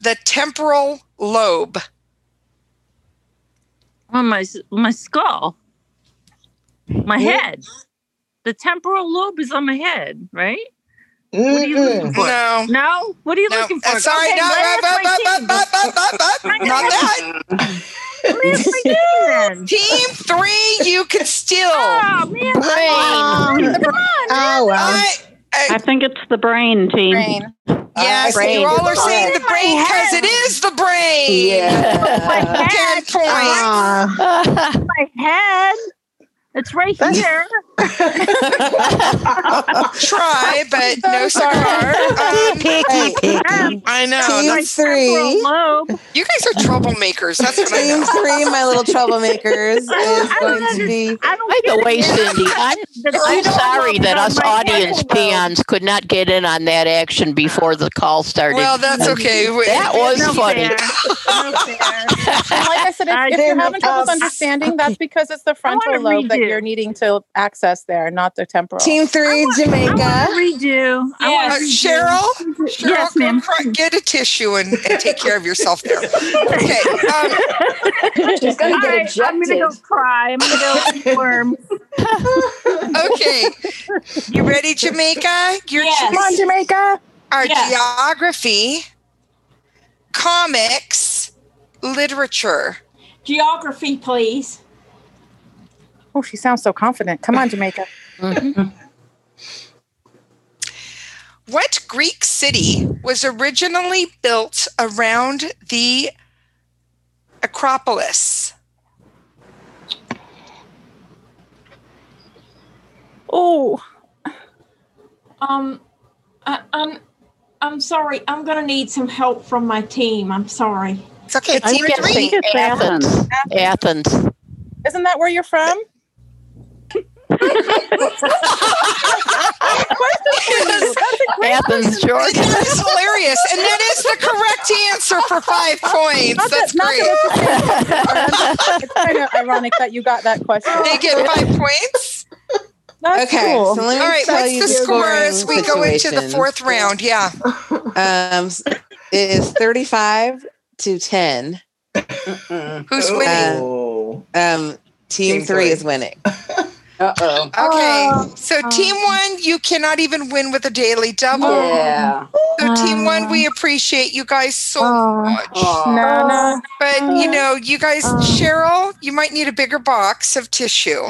Speaker 2: the temporal lobe?
Speaker 12: On Oh my my skull, my
Speaker 2: Yeah.
Speaker 12: head. The temporal lobe is on my head, right? What are you looking for?
Speaker 2: No.
Speaker 12: No? What are you looking for?
Speaker 2: Uh, sorry,
Speaker 12: Okay,
Speaker 2: no,
Speaker 12: let
Speaker 2: uh,
Speaker 12: us
Speaker 2: but,
Speaker 12: wait
Speaker 2: but, but, but, but, but, but, not that. Team three, you can still. Oh,
Speaker 12: man.
Speaker 2: Brain. Come on.
Speaker 19: Oh, well.
Speaker 2: I,
Speaker 20: I think it's the brain team.
Speaker 2: yes,
Speaker 20: Brain.
Speaker 2: you all are saying the
Speaker 20: Brain.
Speaker 2: brain because it is the brain.
Speaker 12: Oh My
Speaker 2: Ten
Speaker 12: head.
Speaker 2: points.
Speaker 12: my head. It's right here. Oh,
Speaker 2: Try, but no cigar. Um, oh,
Speaker 3: Picky, picky.
Speaker 2: I know.
Speaker 3: Team
Speaker 2: that's-
Speaker 3: three.
Speaker 2: You guys are troublemakers. That's what I
Speaker 3: Team
Speaker 2: know.
Speaker 3: three, my little troublemakers, is going to be.
Speaker 18: By the way, Cindy, I'm, I'm sorry that us audience peons could not get in on that action before the call started.
Speaker 2: Well, that's okay. We-
Speaker 18: That was
Speaker 2: No
Speaker 18: funny.
Speaker 2: fair.
Speaker 14: And like I said,
Speaker 12: I
Speaker 14: if, if you're
Speaker 12: didn't-
Speaker 14: having trouble
Speaker 12: um,
Speaker 14: understanding, that's because it's the frontal lobe that you're needing to access there, not the temporal.
Speaker 3: Team three, Jamaica.
Speaker 12: redo. I
Speaker 2: Uh,
Speaker 12: want to
Speaker 2: Cheryl, Cheryl,
Speaker 12: Yes,
Speaker 2: go
Speaker 12: ma'am.
Speaker 2: cr- get a tissue and, and take care of yourself there. Okay. Um,
Speaker 13: She's gonna
Speaker 12: All
Speaker 13: get
Speaker 12: right, I'm gonna go
Speaker 13: ejected.
Speaker 12: cry. I'm gonna go worm.
Speaker 2: okay. Oh, You ready, Jamaica? Your
Speaker 12: Yes.
Speaker 2: choices
Speaker 12: Come on,
Speaker 14: Jamaica.
Speaker 2: Are
Speaker 12: Yes.
Speaker 2: geography, comics, literature.
Speaker 7: Geography, please.
Speaker 14: Oh, she sounds so confident. Come on, Jamaica.
Speaker 2: What Greek city was originally built around the Acropolis?
Speaker 14: Oh,
Speaker 7: Um, I, I'm, I'm sorry. I'm gonna need some help from my team. I'm sorry.
Speaker 2: It's okay.
Speaker 18: I'm guessing Athens. Athens.
Speaker 14: Isn't that where you're from?
Speaker 18: happens, George.
Speaker 2: That's hilarious. And that is the correct answer for five points. That's great.
Speaker 14: it's kind of ironic that you got that question.
Speaker 2: They get five points.
Speaker 14: That's
Speaker 3: Okay,
Speaker 14: cool.
Speaker 3: so let me
Speaker 2: All right,
Speaker 3: tell
Speaker 2: what's
Speaker 3: you
Speaker 2: the score as we
Speaker 3: scoring
Speaker 2: go into the
Speaker 3: situation.
Speaker 2: fourth round? Yeah.
Speaker 3: Um, s- it is 35 to 10.
Speaker 2: Who's winning?
Speaker 3: Uh, um, team,
Speaker 2: Team
Speaker 3: three
Speaker 2: three.
Speaker 3: is winning. Uh oh.
Speaker 2: Okay,
Speaker 13: oh.
Speaker 2: so team one, you cannot even win with a daily double.
Speaker 3: Yeah.
Speaker 2: So
Speaker 13: Oh.
Speaker 2: team one, we appreciate you guys so much.
Speaker 14: No,
Speaker 13: Oh.
Speaker 14: no.
Speaker 2: But you know, you guys, Cheryl, you might need a bigger box of tissue.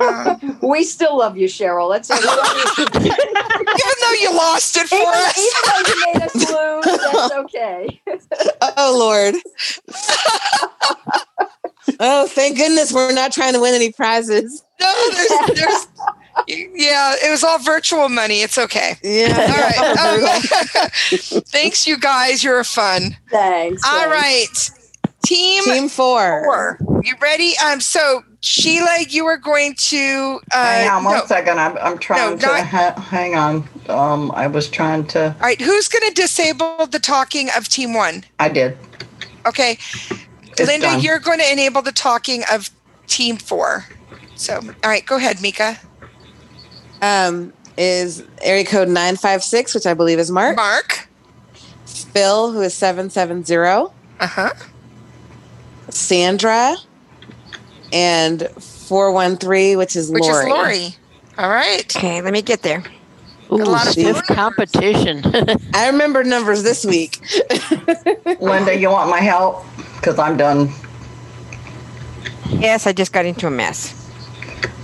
Speaker 2: Um,
Speaker 13: we still love you, Cheryl. That's all. even
Speaker 2: though you lost it for us.
Speaker 13: even though you made us lose, that's okay.
Speaker 3: Oh, Lord. oh, thank goodness we're not trying to win any prizes.
Speaker 2: No, there's, there's, yeah, it was all virtual money. It's okay.
Speaker 3: Yeah.
Speaker 2: All right. Um, thanks, you guys. You're fun.
Speaker 13: Thanks.
Speaker 2: All right. Team, Team
Speaker 3: four.
Speaker 2: You ready? Um. So Sheila, you are going to. Uh,
Speaker 6: Hang on one
Speaker 2: no.
Speaker 6: second. I'm, I'm trying to
Speaker 2: not-
Speaker 6: ha- hang on. Um, I was trying to.
Speaker 2: All right. Who's going to disable the talking of Team One?
Speaker 6: I did.
Speaker 2: Okay.
Speaker 6: It's
Speaker 2: Linda,
Speaker 6: done.
Speaker 2: you're going to enable the talking of Team Four. So, all right, go ahead, Mika.
Speaker 3: Um, is area code 956, which I believe is Mark.
Speaker 2: Mark.
Speaker 3: Phil, who is 770.
Speaker 2: Uh huh.
Speaker 3: Sandra. And 413, which is
Speaker 18: Which is
Speaker 3: Lori.
Speaker 18: Lori.
Speaker 2: All right.
Speaker 5: Okay, let me get there.
Speaker 18: Ooh, stiff competition.
Speaker 3: I remember numbers this week.
Speaker 6: Linda, you want my help? Because I'm done.
Speaker 5: Yes, I just got into a mess.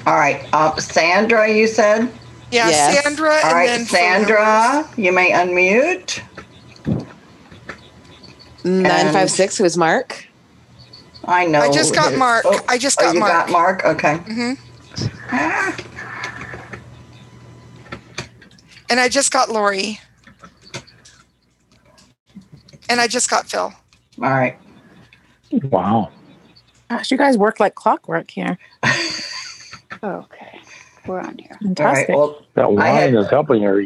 Speaker 6: All right. Uh, Sandra, you said?
Speaker 2: Yeah, Yes. Sandra,
Speaker 6: All
Speaker 2: and
Speaker 6: right,
Speaker 2: then for
Speaker 6: Sandra, you may unmute.
Speaker 3: 956, who is Mark.
Speaker 6: I know.
Speaker 3: I just got
Speaker 6: who-
Speaker 3: Mark. I just got
Speaker 6: you
Speaker 3: Mark.
Speaker 6: got Mark? Okay.
Speaker 2: Mm-hmm. And I just got Lori. And I just got Phil.
Speaker 6: All right.
Speaker 21: Wow.
Speaker 14: Gosh, you guys work like clockwork here.
Speaker 11: Okay. We're on here.
Speaker 14: Fantastic.
Speaker 6: well,
Speaker 21: that
Speaker 6: I
Speaker 21: wine
Speaker 6: had-
Speaker 21: is helping her.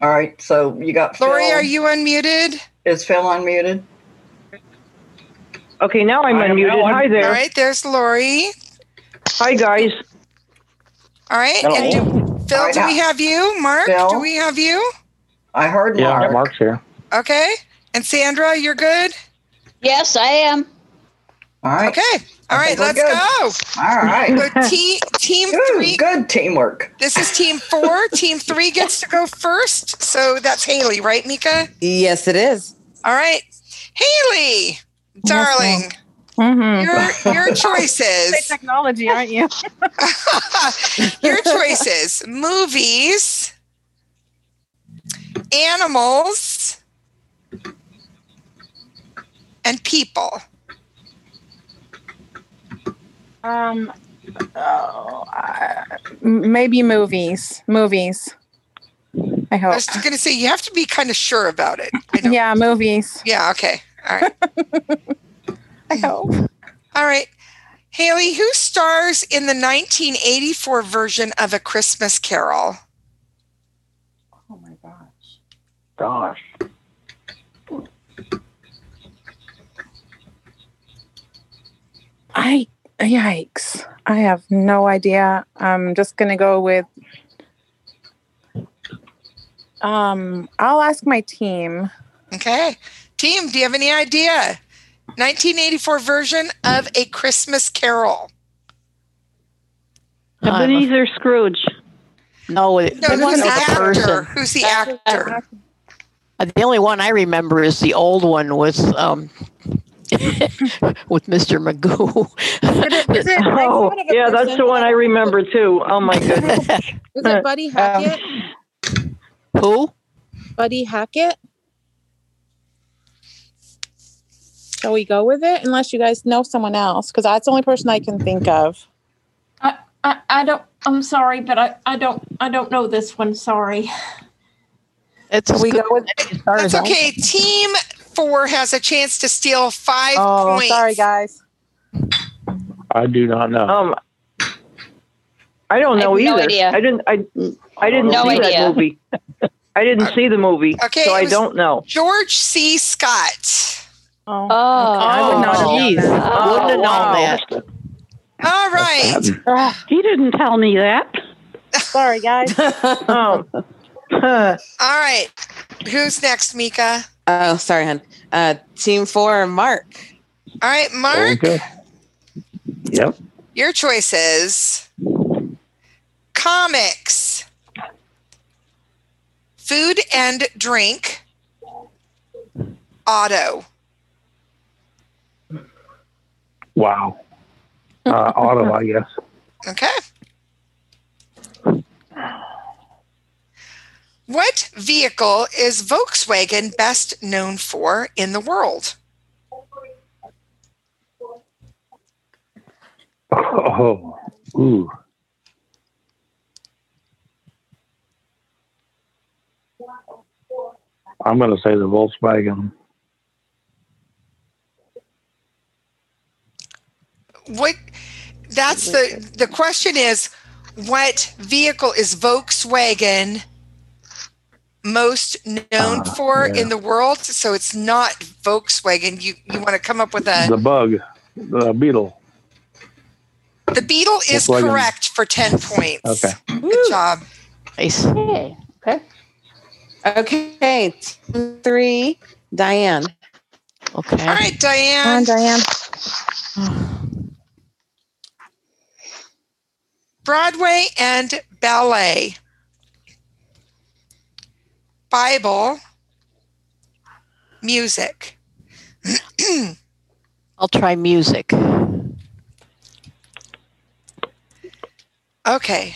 Speaker 6: All right. So you got Phil.
Speaker 2: Lori, are you unmuted?
Speaker 6: Is Phil unmuted?
Speaker 15: Okay, now I'm
Speaker 6: I am
Speaker 15: unmuted.
Speaker 6: now
Speaker 15: Hi there.
Speaker 2: All right, there's Lori.
Speaker 15: Hi guys.
Speaker 2: All right. And do, Phil,
Speaker 6: All right,
Speaker 2: do we
Speaker 6: now-
Speaker 2: have you? Mark, do
Speaker 6: Phil?
Speaker 2: we have you?
Speaker 6: I heard
Speaker 21: Yeah,
Speaker 6: Mark.
Speaker 21: Mark's here.
Speaker 2: Okay. And Sandra, you're good? Yes, I am.
Speaker 6: All right.
Speaker 2: Okay. All
Speaker 6: I think
Speaker 2: right,
Speaker 6: we're
Speaker 2: let's
Speaker 6: good. All right.
Speaker 2: go. So te- team
Speaker 6: Ooh,
Speaker 2: three.
Speaker 6: Good teamwork.
Speaker 2: This is team four. team three gets to go first. So that's Haley, right, Mika?
Speaker 3: Yes, it is.
Speaker 2: All right. Haley, darling.
Speaker 18: Mm-hmm.
Speaker 2: Your, your choices.
Speaker 14: technology, aren't you?
Speaker 2: your choices. Movies, animals, and people.
Speaker 14: Um, oh, I- m- maybe movies. Movies. I
Speaker 2: I
Speaker 14: hope.
Speaker 2: was going to say, you have to be kind of sure about it.
Speaker 14: Yeah, movies.
Speaker 2: Yeah, okay. All right.
Speaker 14: I hope.
Speaker 2: All right. Haley, who stars in the 1984 version of A Christmas Carol?
Speaker 6: Oh
Speaker 21: Gosh.
Speaker 14: I yikes. I have no idea. I'm just gonna go with. Um, I'll ask my team.
Speaker 2: Okay. Team, do you have any idea? 1984 version of A Christmas Carol.
Speaker 20: Ebenezer Scrooge.
Speaker 18: No, it-
Speaker 2: No,
Speaker 18: it
Speaker 2: who's
Speaker 18: wasn't
Speaker 2: the
Speaker 18: a
Speaker 2: actor?
Speaker 18: person.
Speaker 2: Who's the actor?
Speaker 18: Uh, The only one I remember is the old one with um, with Mr. Magoo.
Speaker 15: oh, yeah, that's the one I remember too. Oh my goodness.
Speaker 22: Is it Buddy Hackett?
Speaker 18: Who?
Speaker 22: Buddy Hackett? Shall we go with it? Unless you guys know someone else, because that's the only person I can think of.
Speaker 7: I, I, I don't. I'm sorry, but I, I don't. I don't know this one. Sorry.
Speaker 18: It's
Speaker 7: we go with.
Speaker 2: That's okay. Team four has a chance to steal five
Speaker 14: Oh,
Speaker 2: points.
Speaker 14: sorry guys.
Speaker 21: I do not know.
Speaker 15: Um, I don't
Speaker 2: I have
Speaker 15: know
Speaker 2: no
Speaker 15: either.
Speaker 2: idea.
Speaker 15: I didn't. I, I didn't
Speaker 2: No
Speaker 15: see
Speaker 2: idea.
Speaker 15: that movie. I didn't see the movie,
Speaker 2: Okay,
Speaker 15: so
Speaker 2: it
Speaker 15: I
Speaker 2: was-
Speaker 15: don't know.
Speaker 2: George C. Scott.
Speaker 14: Oh,
Speaker 15: I would not have known
Speaker 10: jeez.
Speaker 2: Oh,
Speaker 15: that.
Speaker 10: Wouldn't have known
Speaker 15: Wow.
Speaker 10: that.
Speaker 2: All right.
Speaker 20: He didn't tell me that.
Speaker 14: Sorry, guys.
Speaker 3: Oh.
Speaker 15: um,
Speaker 2: All right. Who's next, Mika?
Speaker 3: Oh, sorry, hon. Uh, team four, Mark.
Speaker 2: All right, Mark,
Speaker 3: go.
Speaker 21: Yep.
Speaker 2: your choices comics, food and drink, auto.
Speaker 21: Wow. Uh, auto, I guess.
Speaker 2: Okay. What vehicle is Volkswagen best known for in the world?
Speaker 21: Oh, ooh. I'm going to say the Volkswagen.
Speaker 2: What that's the the question is what vehicle is Volkswagen most known
Speaker 21: Ah,
Speaker 2: for in the world? So it's not Volkswagen. You you want to come up with a
Speaker 21: The bug. The beetle.
Speaker 2: The Beetle is
Speaker 21: Volkswagen.
Speaker 2: correct for 10 points.
Speaker 21: Okay.
Speaker 2: Good job.
Speaker 18: Nice.
Speaker 3: Okay. Okay. Team three, Diane.
Speaker 18: Okay.
Speaker 2: All right, Diane.
Speaker 14: Diane.
Speaker 2: Broadway and ballet. Bible. Music.
Speaker 18: I'll try music.
Speaker 2: Okay.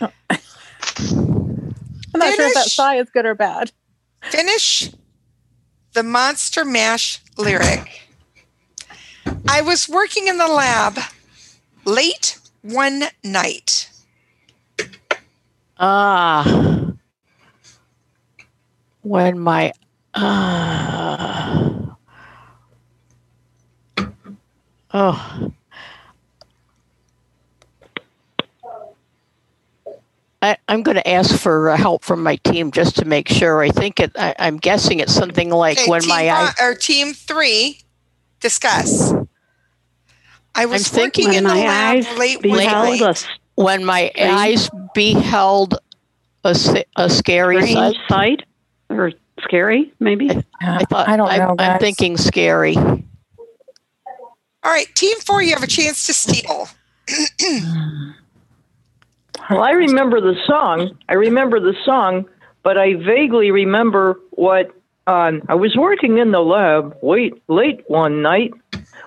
Speaker 22: I'm not sure if that sigh is good or bad.
Speaker 2: Finish the Monster Mash lyric. I was working in the lab late one night.
Speaker 18: Ah. When my ah. oh. I, I'm going to ask for uh, help from my team just to make sure. I think it. I, I'm guessing it's something like
Speaker 2: Okay,
Speaker 18: when
Speaker 2: team
Speaker 18: my
Speaker 2: fi-
Speaker 18: I,
Speaker 2: or team three, discuss. I was
Speaker 18: I'm thinking
Speaker 2: working in the
Speaker 18: my
Speaker 2: lab
Speaker 18: eyes
Speaker 2: late one
Speaker 18: beheld
Speaker 2: night.
Speaker 18: a- when my eyes beheld a, si- a scary
Speaker 20: Strange
Speaker 18: sight.
Speaker 20: sight or scary, maybe.
Speaker 18: I thought
Speaker 20: I don't
Speaker 18: I'm-
Speaker 20: know,
Speaker 18: I'm
Speaker 20: guys.
Speaker 18: thinking scary.
Speaker 2: All right, team four, you have a chance to steal.
Speaker 15: Well, I remember the song. I remember the song, but I vaguely remember what. Um, I was working in the lab wait, late one night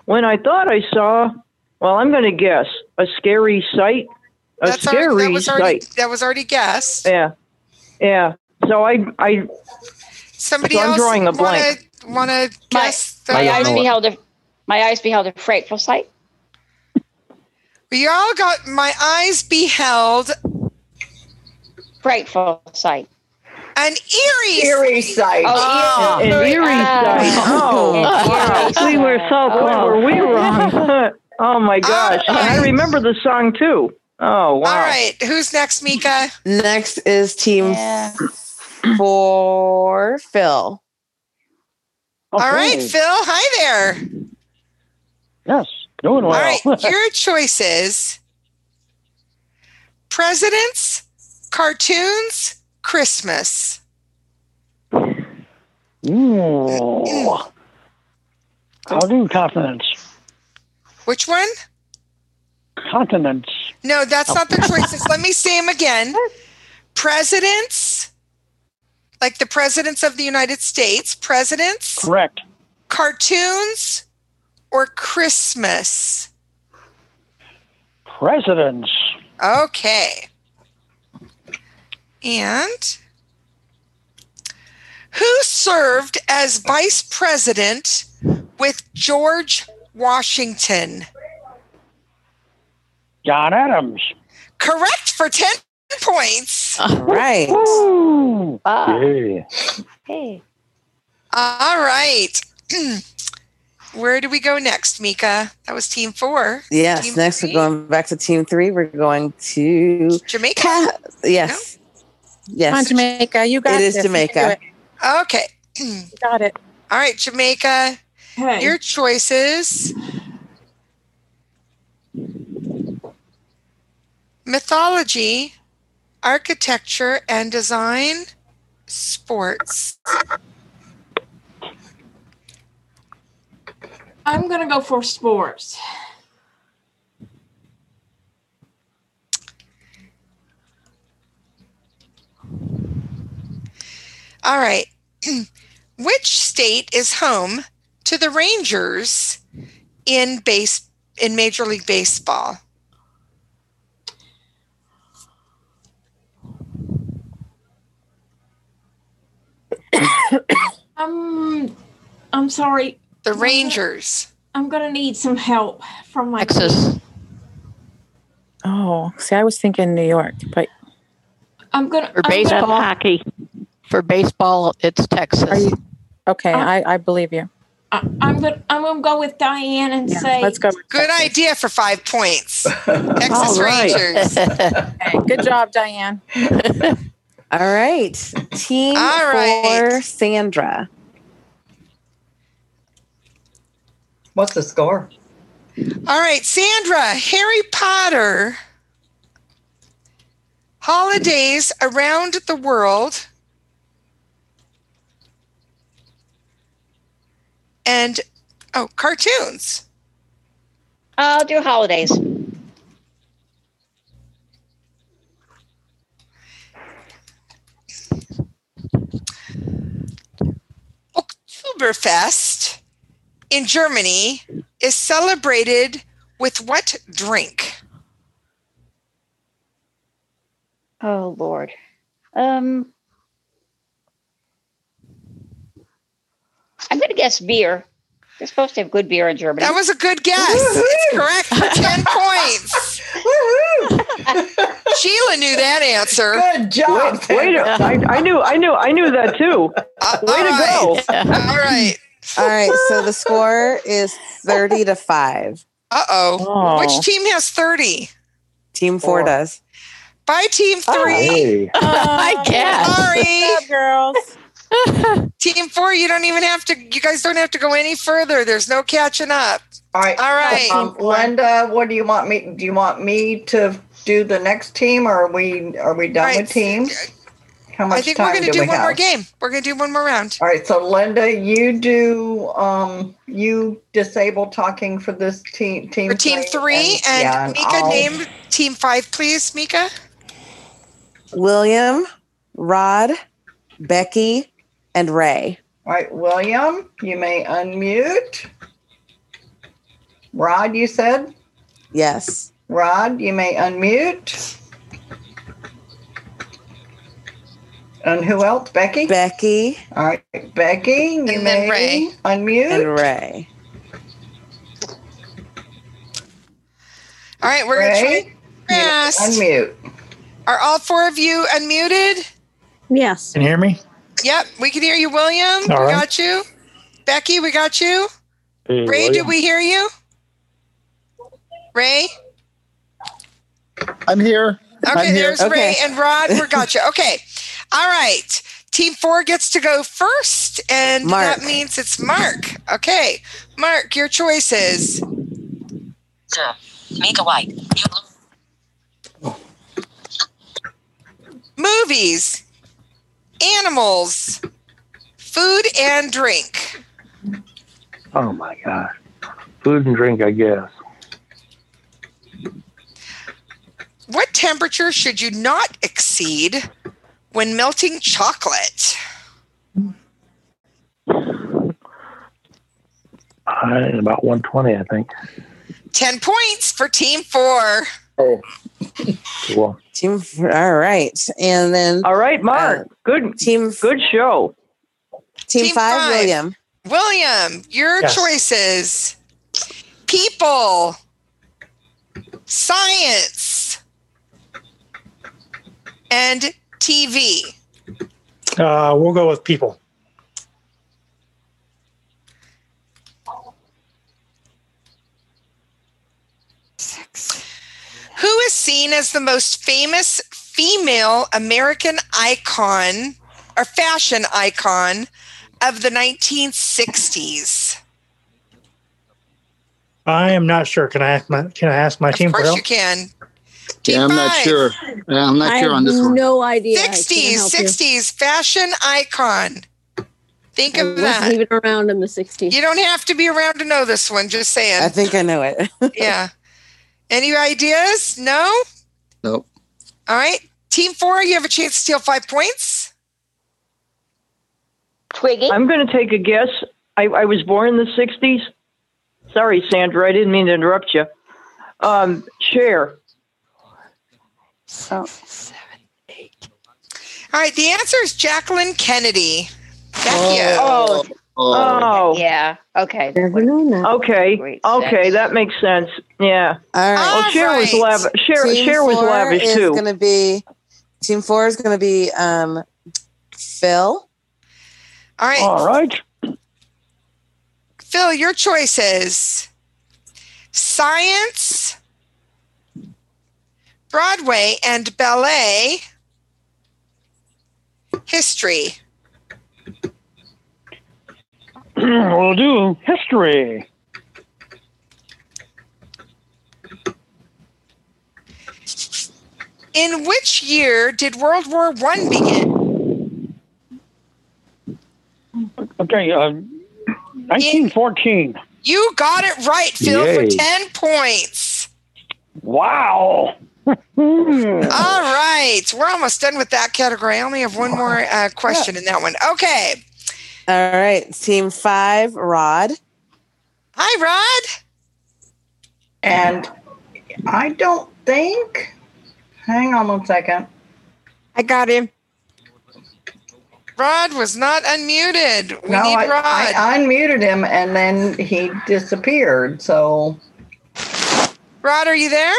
Speaker 15: when I thought I saw. Well, I'm going to guess a scary sight. A
Speaker 2: That's
Speaker 15: scary
Speaker 2: already, that was already
Speaker 15: sight.
Speaker 2: that was already guessed.
Speaker 15: Yeah, yeah. So I, I.
Speaker 2: Somebody
Speaker 15: so I'm
Speaker 2: else
Speaker 15: drawing a blank.
Speaker 2: wanna wanna guess the
Speaker 23: My
Speaker 2: one?
Speaker 23: eyes beheld a my eyes beheld a frightful sight.
Speaker 2: We all got my eyes beheld
Speaker 23: Frightful sight.
Speaker 2: an eerie
Speaker 6: Eerie sight.
Speaker 18: Ah.
Speaker 23: Oh,
Speaker 15: An eerie sight.
Speaker 23: Oh.
Speaker 15: Oh, wow. we were so close. Were we wrong? oh my gosh! And I remember the song too. Oh wow!
Speaker 2: All right, who's next, Mika?
Speaker 3: Next is team four, Phil.
Speaker 2: All right, Phil. Hi there.
Speaker 21: Yes. Doing well.
Speaker 2: All right, your choices presidents, cartoons, Christmas.
Speaker 21: Ooh. How do continents?
Speaker 2: Which one?
Speaker 21: Continents.
Speaker 2: No, that's not the choices. Let me say them again presidents, like the presidents of the United States, presidents,
Speaker 21: Correct.
Speaker 2: cartoons, or Christmas.
Speaker 21: Presidents.
Speaker 2: Okay. And who served as vice president with George Washington?
Speaker 21: John Adams.
Speaker 2: Correct for 10 points.
Speaker 3: Right.
Speaker 21: Woo.
Speaker 2: Ah.
Speaker 23: Wow.
Speaker 21: Yeah.
Speaker 23: Hey.
Speaker 2: All right. where do we go next, Mika? That was team four.
Speaker 3: Yes.
Speaker 2: Team
Speaker 3: next, we we're going back to team three. We're going to
Speaker 2: Jamaica.
Speaker 3: Yes. Yes.
Speaker 2: Come on,
Speaker 14: Jamaica. You
Speaker 3: got It is this. You can do Jamaica. it.
Speaker 2: Okay.
Speaker 14: Got it.
Speaker 2: All right, Jamaica. Your choices. Mythology, architecture and design, sports.
Speaker 7: I'm gonna go for sports.
Speaker 2: All right. Which state is home to the Rangers in base in Major League Baseball?
Speaker 7: Um, I'm sorry.
Speaker 2: The Rangers.
Speaker 7: I'm gonna need some help from my Texas.
Speaker 14: Oh, see, I was thinking New York, but
Speaker 7: I'm gonna
Speaker 18: For
Speaker 7: I'm
Speaker 18: baseball,
Speaker 7: gonna,
Speaker 18: hockey. For baseball, it's Texas.
Speaker 14: okay,
Speaker 7: Uh,
Speaker 14: I, I believe you.
Speaker 7: I'm gonna I'm gonna go with Diane and
Speaker 14: Yeah,
Speaker 7: say
Speaker 14: let's go with
Speaker 2: Good idea for five points.
Speaker 14: All
Speaker 2: Texas
Speaker 14: right.
Speaker 2: Rangers.
Speaker 14: Okay, good job, Diane.
Speaker 3: All right. Team
Speaker 2: All right.
Speaker 3: four, Sandra.
Speaker 6: What's the score?
Speaker 2: All right, Sandra, Harry Potter. Holidays around the world. And oh, cartoons.
Speaker 23: I'll do holidays.
Speaker 2: Oktoberfest in Germany is celebrated with what drink?
Speaker 23: Oh Lord. Um I'm gonna guess beer. They're supposed to have good beer in Germany.
Speaker 2: That was a good guess. It's correct for 10 points. Sheila knew that answer.
Speaker 6: Good job.
Speaker 15: Wait, a- I, I knew, I knew, I knew that too.
Speaker 3: Uh,
Speaker 15: Way to go!
Speaker 2: All right.
Speaker 3: All right. So the score is 30 to 5.
Speaker 2: Uh oh.
Speaker 3: Oh.
Speaker 2: Which team has 30?
Speaker 3: Team four,
Speaker 2: Four.
Speaker 3: does.
Speaker 2: By team three.
Speaker 14: I
Speaker 2: Sorry.
Speaker 14: girls.
Speaker 2: Team four, you don't even have to, you guys don't have to go any further. There's no catching up.
Speaker 6: All right.
Speaker 2: All right.
Speaker 6: Um, Linda, what do you want me? Do you want me to do the next team, or are we are we done with teams? How much
Speaker 2: I think
Speaker 6: time
Speaker 2: we're going to
Speaker 6: do,
Speaker 2: do
Speaker 6: we
Speaker 2: one
Speaker 6: have?
Speaker 2: more game. We're going to do one more round.
Speaker 6: All right. So Linda, you do um you disable talking for this team team
Speaker 2: For team three, and,
Speaker 6: yeah, and
Speaker 2: Mika,
Speaker 6: I'll-
Speaker 2: name team five, please, Mika.
Speaker 3: William, Rod, Becky, and Ray.
Speaker 6: All right, William, you may unmute. Rod, you said?
Speaker 3: Yes.
Speaker 6: Rod, you may unmute. And who else? Becky?
Speaker 3: Becky.
Speaker 6: All right, Becky, you may
Speaker 2: Ray.
Speaker 6: unmute.
Speaker 3: And Ray.
Speaker 2: All right, we're going to
Speaker 6: Ray,
Speaker 2: try fast.
Speaker 6: Unmute.
Speaker 2: Are all four of you unmuted?
Speaker 20: Yes.
Speaker 21: Can you hear me?
Speaker 2: Yep, we can hear you, William.
Speaker 21: All
Speaker 2: we
Speaker 21: right.
Speaker 2: got you. Becky, we got you. Ray, did we hear you? Ray?
Speaker 21: I'm here.
Speaker 2: Okay, there's Ray and Rod. We got you. Okay. All right. Team four gets to go first, and
Speaker 3: Mark.
Speaker 2: that means it's Mark. Okay. Mark, your choices.
Speaker 10: Sir, Mika White.
Speaker 2: movies, animals, food and drink.
Speaker 21: Oh my gosh. Food and drink, I guess.
Speaker 2: What temperature should you not exceed when melting chocolate?
Speaker 21: I, about 120, I think.
Speaker 2: 10 points for team four.
Speaker 21: Oh. Cool.
Speaker 3: Team four. All right. And then. uh,
Speaker 15: All right, Mark. good
Speaker 3: team.
Speaker 15: Good show.
Speaker 3: Team,
Speaker 2: Team
Speaker 3: five,
Speaker 2: five.
Speaker 3: William.
Speaker 2: William, your
Speaker 3: Yes.
Speaker 2: choices people, science, and TV.
Speaker 1: Uh, we'll go with people.
Speaker 2: Who is seen as the most famous female American icon or fashion icon of the 1960s?
Speaker 1: I am not sure. Can I ask my Can I ask my team
Speaker 2: Of
Speaker 1: for
Speaker 2: course,
Speaker 1: help?
Speaker 2: you can.
Speaker 1: Yeah, I'm not sure. I'm
Speaker 2: not I sure on have this one.
Speaker 24: No idea.
Speaker 2: Sixties, sixties, fashion icon. Think
Speaker 24: I
Speaker 2: of
Speaker 24: wasn't
Speaker 2: that.
Speaker 24: even around in the 60s.
Speaker 2: You don't have to be around to know this one. Just saying.
Speaker 3: I think I know it.
Speaker 2: yeah. Any ideas? No.
Speaker 25: Nope.
Speaker 2: All right. Team four, you have a chance to steal five points.
Speaker 23: Twiggy.
Speaker 15: I'm going to take a guess. I, I was born in the 60s. Sorry, Sandra, I didn't mean to interrupt you. Um, Cher.
Speaker 2: All right. The answer is Jacqueline Kennedy. Thank you.
Speaker 15: Oh. Oh.
Speaker 23: Yeah. Okay.
Speaker 15: Okay. Okay, that makes sense. Yeah.
Speaker 3: All right.
Speaker 15: Oh, Cher was lavish. Cher, Cher was
Speaker 3: four
Speaker 15: lavish
Speaker 3: is
Speaker 15: too.
Speaker 3: Gonna be, team four is going to be um, Phil.
Speaker 2: All right.
Speaker 1: All right.
Speaker 2: Phil, your choices science, Broadway, and ballet, history.
Speaker 1: we'll do history.
Speaker 2: In which year did World War One begin?
Speaker 1: Okay, uh, 1914.
Speaker 2: You got it right, Phil,
Speaker 1: Yay.
Speaker 2: for 10 points. All
Speaker 1: Wow.
Speaker 2: right. We're almost done with that category. I only have one more uh, question in that one. Okay.
Speaker 3: All right. Team five, Rod.
Speaker 2: Hi, Rod.
Speaker 6: And I don't think. Hang on one second.
Speaker 5: I got him.
Speaker 2: Rod was not unmuted. We
Speaker 6: no,
Speaker 2: need
Speaker 6: I,
Speaker 2: Rod.
Speaker 6: I, I unmuted him and then he disappeared. So
Speaker 2: Rod, are you there?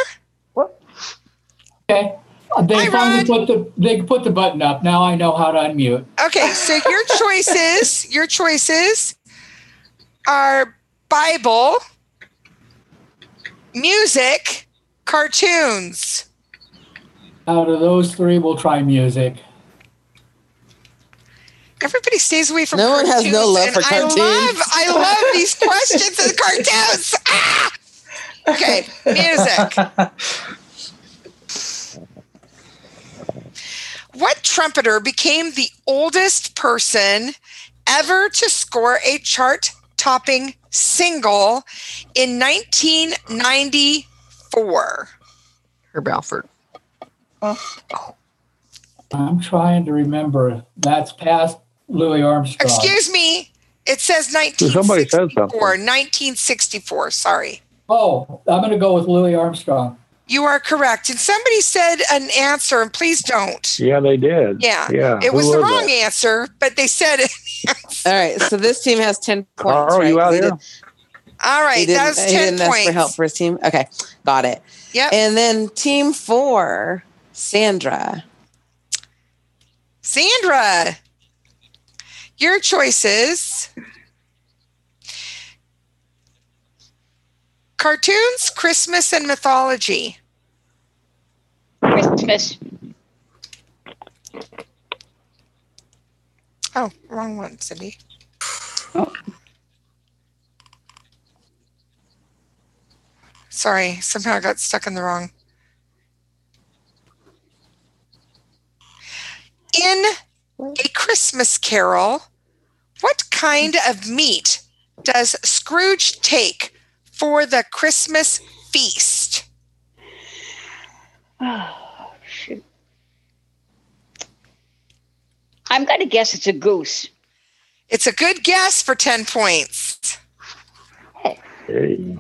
Speaker 16: Okay. Uh, They finally put the they put the button up. Now I know how to unmute.
Speaker 2: Okay, so your choices, your choices are Bible, music, cartoons.
Speaker 16: Out of those three, we'll try music.
Speaker 2: Everybody stays away from
Speaker 16: No one
Speaker 2: cartoons.
Speaker 16: has no love
Speaker 2: and
Speaker 16: for cartoons.
Speaker 2: I love, I love these questions and cartoons. Ah! Okay, music. What trumpeter became the oldest person ever to score a chart topping single in 1994?
Speaker 16: Herb Alford. I'm trying to remember. That's past Louis Armstrong.
Speaker 2: Excuse me. It says 1964. 1964. Sorry.
Speaker 16: Oh, I'm going to go with Louis Armstrong.
Speaker 2: You are correct. And somebody said an answer, and please don't.
Speaker 1: Yeah, they did.
Speaker 2: Yeah.
Speaker 1: Yeah.
Speaker 2: It
Speaker 1: who
Speaker 2: was the
Speaker 1: that?
Speaker 2: wrong answer, but they said it.
Speaker 3: All right. So this team has 10 points.
Speaker 1: Carl,
Speaker 3: right?
Speaker 1: you out
Speaker 3: He
Speaker 1: here?
Speaker 3: did-
Speaker 2: All
Speaker 3: he
Speaker 2: right.
Speaker 3: didn't-
Speaker 2: That was
Speaker 3: he
Speaker 2: 10
Speaker 3: didn't ask
Speaker 2: points.
Speaker 3: for help for his team. Okay. Got it.
Speaker 2: Yep.
Speaker 3: And then team four, Sandra.
Speaker 2: Sandra, your choices cartoons, Christmas, and mythology.
Speaker 23: Christmas.
Speaker 2: Oh, wrong one, Cindy.
Speaker 23: Oh.
Speaker 2: Sorry, somehow I got stuck in the wrong. In A Christmas Carol, what kind of meat does Scrooge take for the Christmas feast?
Speaker 23: Oh, shoot. I'm going to guess it's a goose.
Speaker 2: It's a good guess for 10 points. Very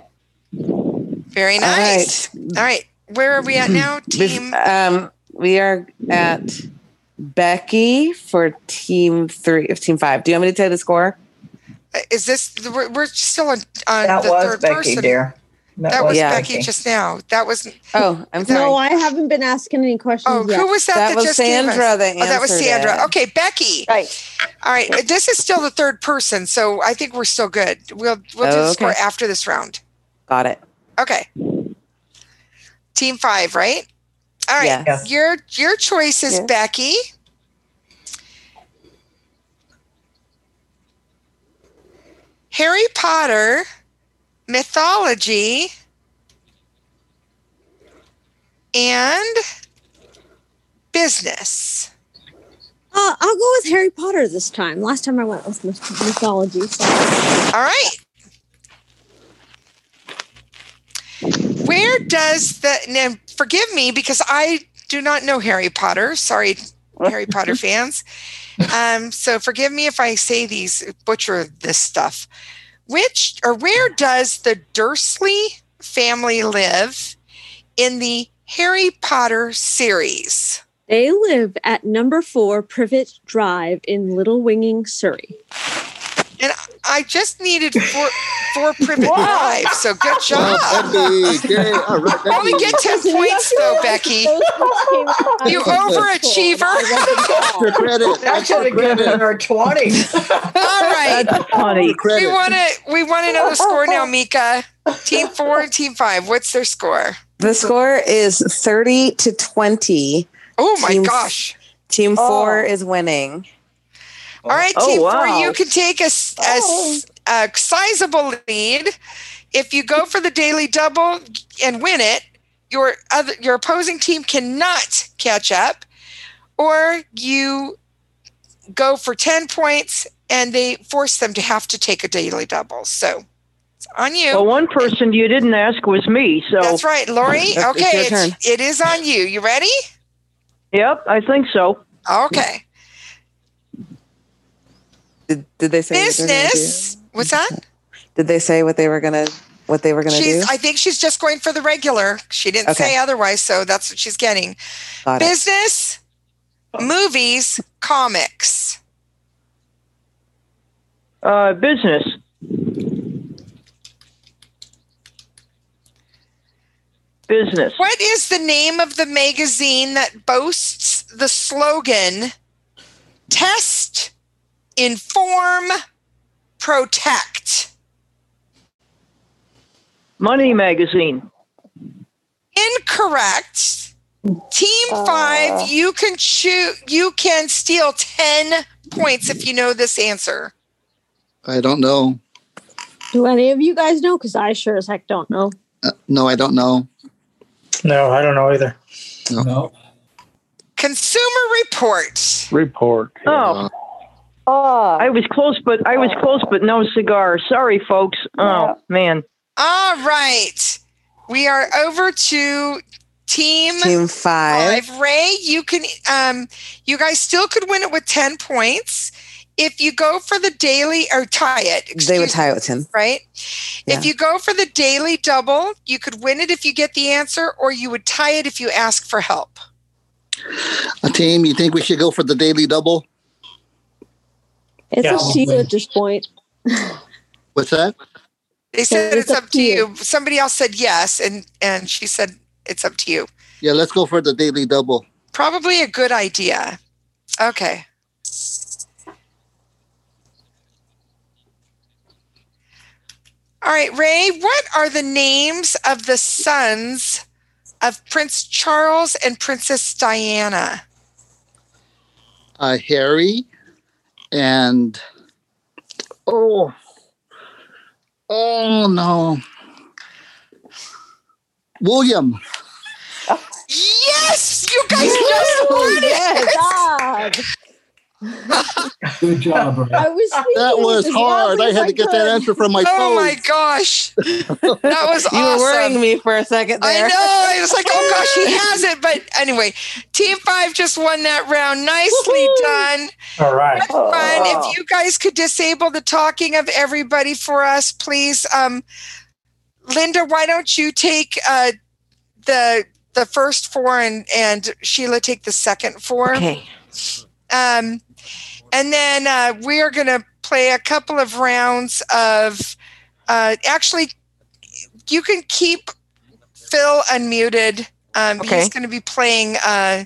Speaker 2: nice. All right. Where are we at now?
Speaker 3: Team. Um, we are at Becky for team three, of team five. Do you want me to tell you the score?
Speaker 2: Is this, we're, we're still on, on
Speaker 3: That
Speaker 2: the
Speaker 3: was
Speaker 2: third
Speaker 3: Becky,
Speaker 2: person.
Speaker 3: dear.
Speaker 2: That,
Speaker 3: That
Speaker 2: was
Speaker 3: was Yeah.
Speaker 2: Becky
Speaker 3: Becky.
Speaker 2: just now. That was,
Speaker 3: Oh, I'm sorry.
Speaker 24: No, I haven't been asking any questions
Speaker 2: oh,
Speaker 24: yet.
Speaker 2: who was that that,
Speaker 3: was
Speaker 2: just gave
Speaker 3: Sandra
Speaker 2: us?
Speaker 3: that
Speaker 2: oh, that was
Speaker 3: answered
Speaker 2: Sandra.
Speaker 3: it.
Speaker 2: Okay, Becky.
Speaker 24: Right.
Speaker 2: All right. This is still the third person, so I think we're still good. We'll we'll do the
Speaker 3: Oh,
Speaker 2: score
Speaker 3: Okay.
Speaker 2: after this round.
Speaker 3: Got it.
Speaker 2: Okay. Team five, right? All right.
Speaker 3: Yes.
Speaker 2: Your your choice is Becky. Harry Potter, mythology, and business.
Speaker 24: Uh, I'll go with Harry Potter this time. Last time I went with myth- mythology. So.
Speaker 2: All right. Where does the now forgive me because I do not know Harry Potter. Sorry, Harry Potter fans. Um, so forgive me if I say these butcher this stuff. Which or where does the Dursley family live in the Harry Potter series?
Speaker 24: They live at number four Privet Drive in Little Winging, Surrey.
Speaker 2: And I just needed four four privet
Speaker 24: Wow.
Speaker 2: drive. So good job.
Speaker 4: Becky, yay, all right, Becky.
Speaker 2: Only get ten points though, Becky. You overachiever.
Speaker 4: Extra credit.
Speaker 6: I should have given her 20.
Speaker 2: All right. We want to we want to know the score now, Mika. Team four and team five. What's their score?
Speaker 3: The score is 30 to 20.
Speaker 2: Oh my gosh.
Speaker 3: Team
Speaker 2: Oh.
Speaker 3: four is winning.
Speaker 2: All right,
Speaker 3: Oh,
Speaker 2: team
Speaker 3: wow.
Speaker 2: four, you can take a, s- a s- a sizable lead. If you go for the daily double and win it, your other your opposing team cannot catch up, or you go for ten points and they force them to have to take a daily double. So it's on you.
Speaker 15: Well, one person you didn't ask was me, so
Speaker 2: That's right, Lori. Okay, it's, it is on you. You ready?
Speaker 15: Yep, I think so.
Speaker 2: Okay.
Speaker 3: Did, did they say what they were gonna do?
Speaker 2: Business. What's that?
Speaker 3: Did they say what they were gonna what they were gonna
Speaker 2: she's
Speaker 3: do?
Speaker 2: i think she's just going for the regular she didn't
Speaker 3: Okay.
Speaker 2: say otherwise so that's what she's getting
Speaker 3: Got it.
Speaker 2: business movies comics
Speaker 15: Uh, business. Business.
Speaker 2: what is the name of the magazine that boasts the slogan test inform protect
Speaker 15: Money magazine.
Speaker 2: incorrect team
Speaker 3: Uh.
Speaker 2: five you can shoot you can steal 10 points if you know this answer
Speaker 4: I don't know.
Speaker 24: Do any of you guys know? Because I sure as heck don't know.
Speaker 4: No, I don't know.
Speaker 16: No, I don't know either.
Speaker 4: No.
Speaker 2: consumer report
Speaker 16: Report.
Speaker 15: Oh. Oh. I was close, but I was close, but no cigar. Sorry, folks. Oh man.
Speaker 2: All right. We are over to team,
Speaker 3: Team five.
Speaker 2: Ray, you can um you guys still could win it with 10 points. If you go for the daily or tie it,
Speaker 3: they would
Speaker 2: excuse-
Speaker 3: tie it with him.
Speaker 2: right?
Speaker 3: Yeah.
Speaker 2: If you go for the daily double, you could win it if you get the answer or you would tie it if you ask for help.
Speaker 4: A team, you think we should go for the daily double?
Speaker 24: It's
Speaker 4: Yeah.
Speaker 24: up to you at this point.
Speaker 4: What's that?
Speaker 2: They said it's, up to you. Somebody else said yes and and she said it's up to you.
Speaker 4: Yeah, let's go for the daily double.
Speaker 2: Probably a good idea. Okay. All right, Ray, what are the names of the sons of Prince Charles and Princess Diana?
Speaker 4: Uh, Harry and oh, oh no, William.
Speaker 2: Yes, you guys
Speaker 24: Oh,
Speaker 2: just won it.
Speaker 16: Good job, Ray.
Speaker 24: I was
Speaker 4: That was hard. I had to get that answer from my
Speaker 2: Oh
Speaker 4: phone.
Speaker 2: my gosh. That was
Speaker 3: You were worrying
Speaker 2: awesome.
Speaker 3: me for a second there.
Speaker 2: I know. It was like, oh gosh, he has it. But anyway, Team Five just won that round. Nicely done.
Speaker 16: All right.
Speaker 2: That's fun.
Speaker 8: Oh.
Speaker 2: If you guys could disable the talking of everybody for us, please. Um, Linda, why don't you take uh, the the first four and and Sheila take the second four?
Speaker 8: Okay.
Speaker 2: Um, and then uh, we are going to play a couple of rounds of. Uh, actually, you can keep Phil unmuted. Um,
Speaker 8: Okay.
Speaker 2: He's going to be playing. Uh,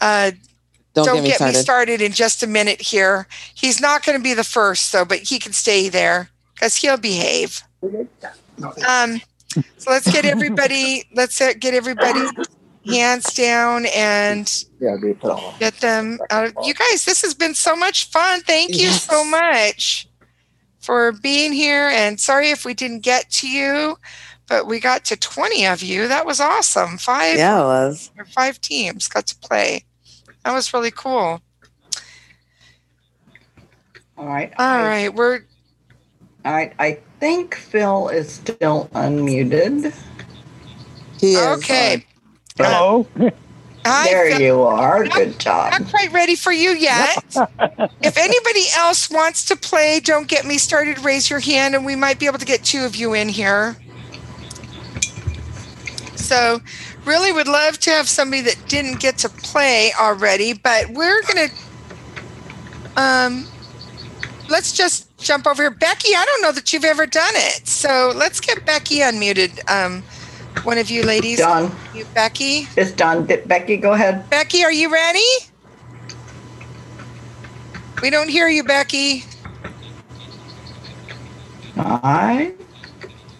Speaker 2: uh,
Speaker 3: Don't Get Me Started.
Speaker 2: in just a minute here. He's not going to be the first though, but he can stay there because he'll behave. Um, So let's get everybody. let's uh, get everybody hands down and
Speaker 4: Yeah, it'd be a problem.
Speaker 2: get them out. Of, you guys, this has been so much fun. Thank you so much for being here. And sorry if we didn't get to you, but we got to twenty of you. That was awesome. Five
Speaker 3: Yeah, it was.
Speaker 2: or five teams got to play. That was really cool.
Speaker 6: All right.
Speaker 2: All right, we're.
Speaker 6: All right. I think Phil is still unmuted.
Speaker 3: He
Speaker 6: is.
Speaker 2: Okay. Uh,
Speaker 6: Hello.
Speaker 2: Hi,
Speaker 6: there you are. Good job.
Speaker 2: Not quite ready for you yet. if anybody else wants to play, don't get me started. Raise your hand, and we might be able to get two of you in here. So, really would love to have somebody that didn't get to play already, but we're gonna. Um, let's just jump over here, Becky. I don't know that you've ever done it, so let's get Becky unmuted. Um, one of you ladies,
Speaker 6: Done.
Speaker 2: you Becky.
Speaker 6: It's done. Did- Becky, go ahead.
Speaker 2: Becky, are you ready? We don't hear you, Becky.
Speaker 6: I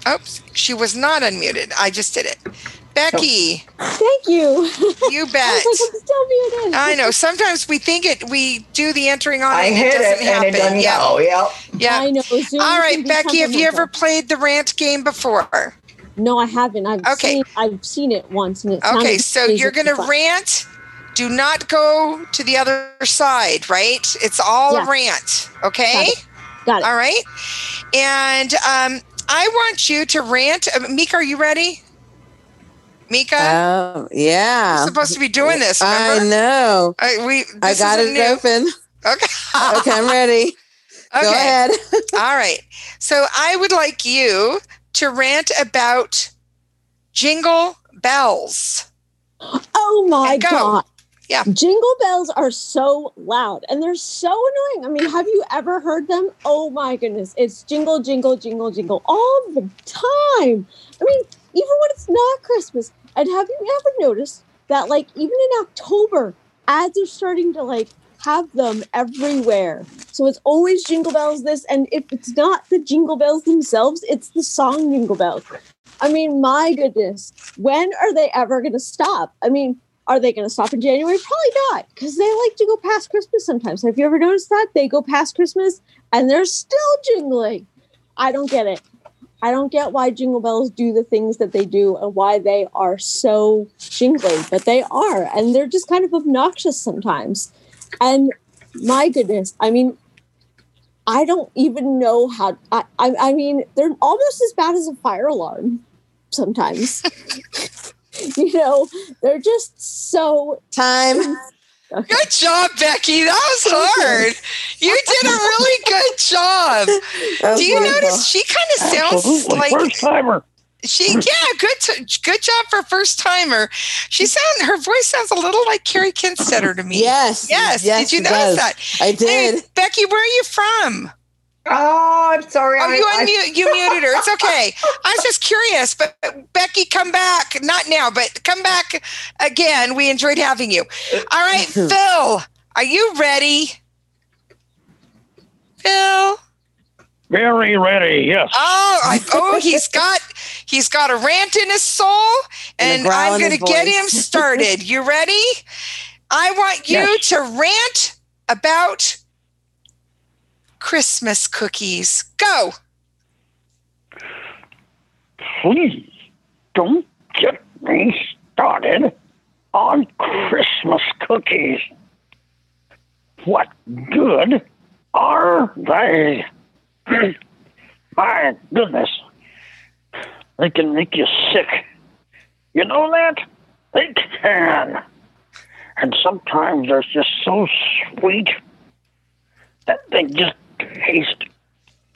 Speaker 2: Oops, she was not unmuted. I just did it. Becky. Thank you. You bet. I I know. Sometimes we think it. We do the entering on.
Speaker 6: I
Speaker 2: and
Speaker 6: hit it
Speaker 2: it doesn't
Speaker 6: and
Speaker 2: happen.
Speaker 6: it doesn't
Speaker 2: yeah.
Speaker 6: go. Yep.
Speaker 2: Yeah.
Speaker 24: I know. Zoom
Speaker 2: All
Speaker 24: can
Speaker 2: right,
Speaker 24: be
Speaker 2: Becky. Have you ever
Speaker 24: temperamental.
Speaker 2: played the rant game before?
Speaker 24: No, I haven't. I've seen I've seen it once and it sounded
Speaker 2: Okay, so
Speaker 24: crazy.
Speaker 2: you're going to rant. Do not go to the other side, right? It's all
Speaker 24: Yeah.
Speaker 2: a rant, okay?
Speaker 24: Got it.
Speaker 2: All right. And um, I want you to rant. Uh, Mika, are you ready? Mika?
Speaker 3: Um, yeah.
Speaker 2: We're supposed to be doing this, remember?
Speaker 3: I know.
Speaker 2: I, we,
Speaker 3: I
Speaker 2: this
Speaker 3: got it
Speaker 2: isn't new.
Speaker 3: open.
Speaker 2: Okay.
Speaker 3: okay, I'm ready.
Speaker 2: Okay.
Speaker 3: Go ahead.
Speaker 2: All right. So I would like you to rant about jingle bells.
Speaker 24: Oh my god.
Speaker 2: Yeah.
Speaker 24: Jingle bells are so loud and they're so annoying. I mean, have you ever heard them? Oh my goodness. It's jingle, jingle, jingle, jingle all the time. I mean, even when it's not Christmas. And have you ever noticed that, like, even in October, ads are starting to, like, have them everywhere. So it's always jingle bells this. And if it's not the jingle bells themselves, it's the song jingle bells. I mean, my goodness, when are they ever going to stop? I mean, are they going to stop in January? Probably not, because they like to go past Christmas sometimes. Have you ever noticed that? They go past Christmas and they're still jingling. I don't get it. I don't get why jingle bells do the things that they do and why they are so jingly, but they are. And they're just kind of obnoxious sometimes. And my goodness, I mean, I don't even know how. I, I, I mean, they're almost as bad as a fire alarm sometimes. you know, they're just so
Speaker 3: time.
Speaker 2: Good job, Becky. That was hard. You did a really good job.
Speaker 3: Oh
Speaker 1: That
Speaker 2: Do
Speaker 1: was
Speaker 2: you
Speaker 1: wonderful.
Speaker 2: notice she kind of sounds
Speaker 1: Absolutely.
Speaker 2: like
Speaker 1: First timer.
Speaker 2: she? Yeah, good. t- good job for first timer. She sound her voice sounds a little like Carrie Kinstetter to me.
Speaker 3: Yes,
Speaker 2: Yes.
Speaker 3: yes,
Speaker 2: did you
Speaker 3: it
Speaker 2: notice
Speaker 3: does.
Speaker 2: that?
Speaker 3: I did.
Speaker 2: Hey, Becky, where are you from?
Speaker 6: Oh, I'm sorry.
Speaker 2: Oh,
Speaker 6: I-
Speaker 2: you
Speaker 6: I-
Speaker 2: unmute. you muted her. It's okay. I was just curious, but but Becky, come back. Not now, but come back again. We enjoyed having you. All right, Phil, are you ready? Phil.
Speaker 1: Very ready. Yes.
Speaker 2: Oh, I, oh, he's got he's got a rant in his soul,
Speaker 1: And
Speaker 2: and
Speaker 1: a growl
Speaker 2: I'm
Speaker 1: in
Speaker 2: going to
Speaker 1: his
Speaker 2: get
Speaker 1: voice.
Speaker 2: him started. You ready? I want you
Speaker 1: Yes.
Speaker 2: to rant about Christmas cookies. Go.
Speaker 1: Please don't get me started on Christmas cookies. What good are they? My goodness. They can make you sick. You know that? They can. And sometimes they're just so sweet that they just taste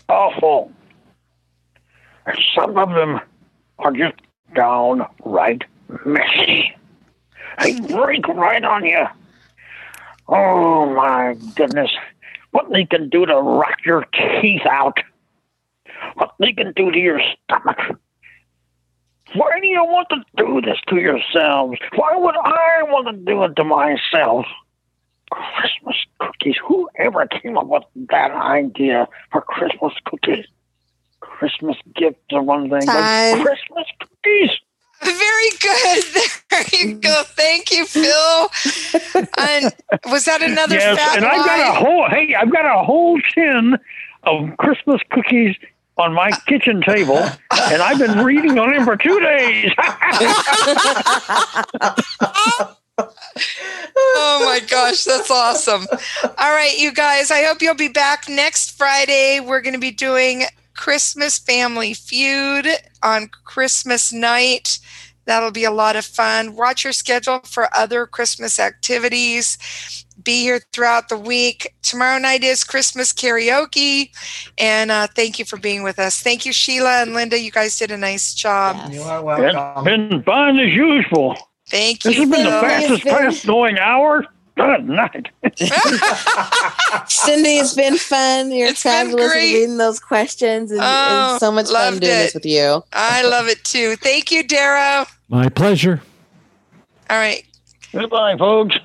Speaker 1: awful. And some of them are just downright messy. They break right on you. Oh my goodness. What they can do to rock your teeth out. What they can do to your stomach. Why do you want to do this to yourselves? Why would I want to do it to myself? Christmas cookies. Whoever came up with that idea for Christmas cookies? Christmas gifts are one thing,
Speaker 3: Time.
Speaker 1: but Christmas
Speaker 2: Very good. There you go. Thank you, Phil. And was that another
Speaker 1: yes,
Speaker 2: fat
Speaker 1: and I've got
Speaker 2: lie?
Speaker 1: a whole hey, I've got a whole tin of Christmas cookies on my kitchen table, and I've been reading on them for two days.
Speaker 2: oh my gosh, that's awesome. All right, you guys, I hope you'll be back next Friday. We're going to be doing Christmas Family Feud on Christmas night. That'll be a lot of fun. Watch your schedule for other Christmas activities. Be here throughout the week. Tomorrow night is Christmas karaoke. And uh, thank you for being with us. Thank you, Sheila and Linda. You guys did a nice job.
Speaker 26: You are
Speaker 1: it's been fun as usual.
Speaker 2: Thank you.
Speaker 1: This has been the
Speaker 2: Phil.
Speaker 1: fastest fast going hour. Good night.
Speaker 3: Cindy, it's been fun. Your travel is
Speaker 2: great.
Speaker 3: reading those questions and, and
Speaker 2: Oh,
Speaker 3: so much fun
Speaker 2: loved
Speaker 3: doing
Speaker 2: it.
Speaker 3: this with you.
Speaker 2: I love it too. Thank you, Darrow.
Speaker 16: My pleasure.
Speaker 2: All right.
Speaker 1: Goodbye, folks.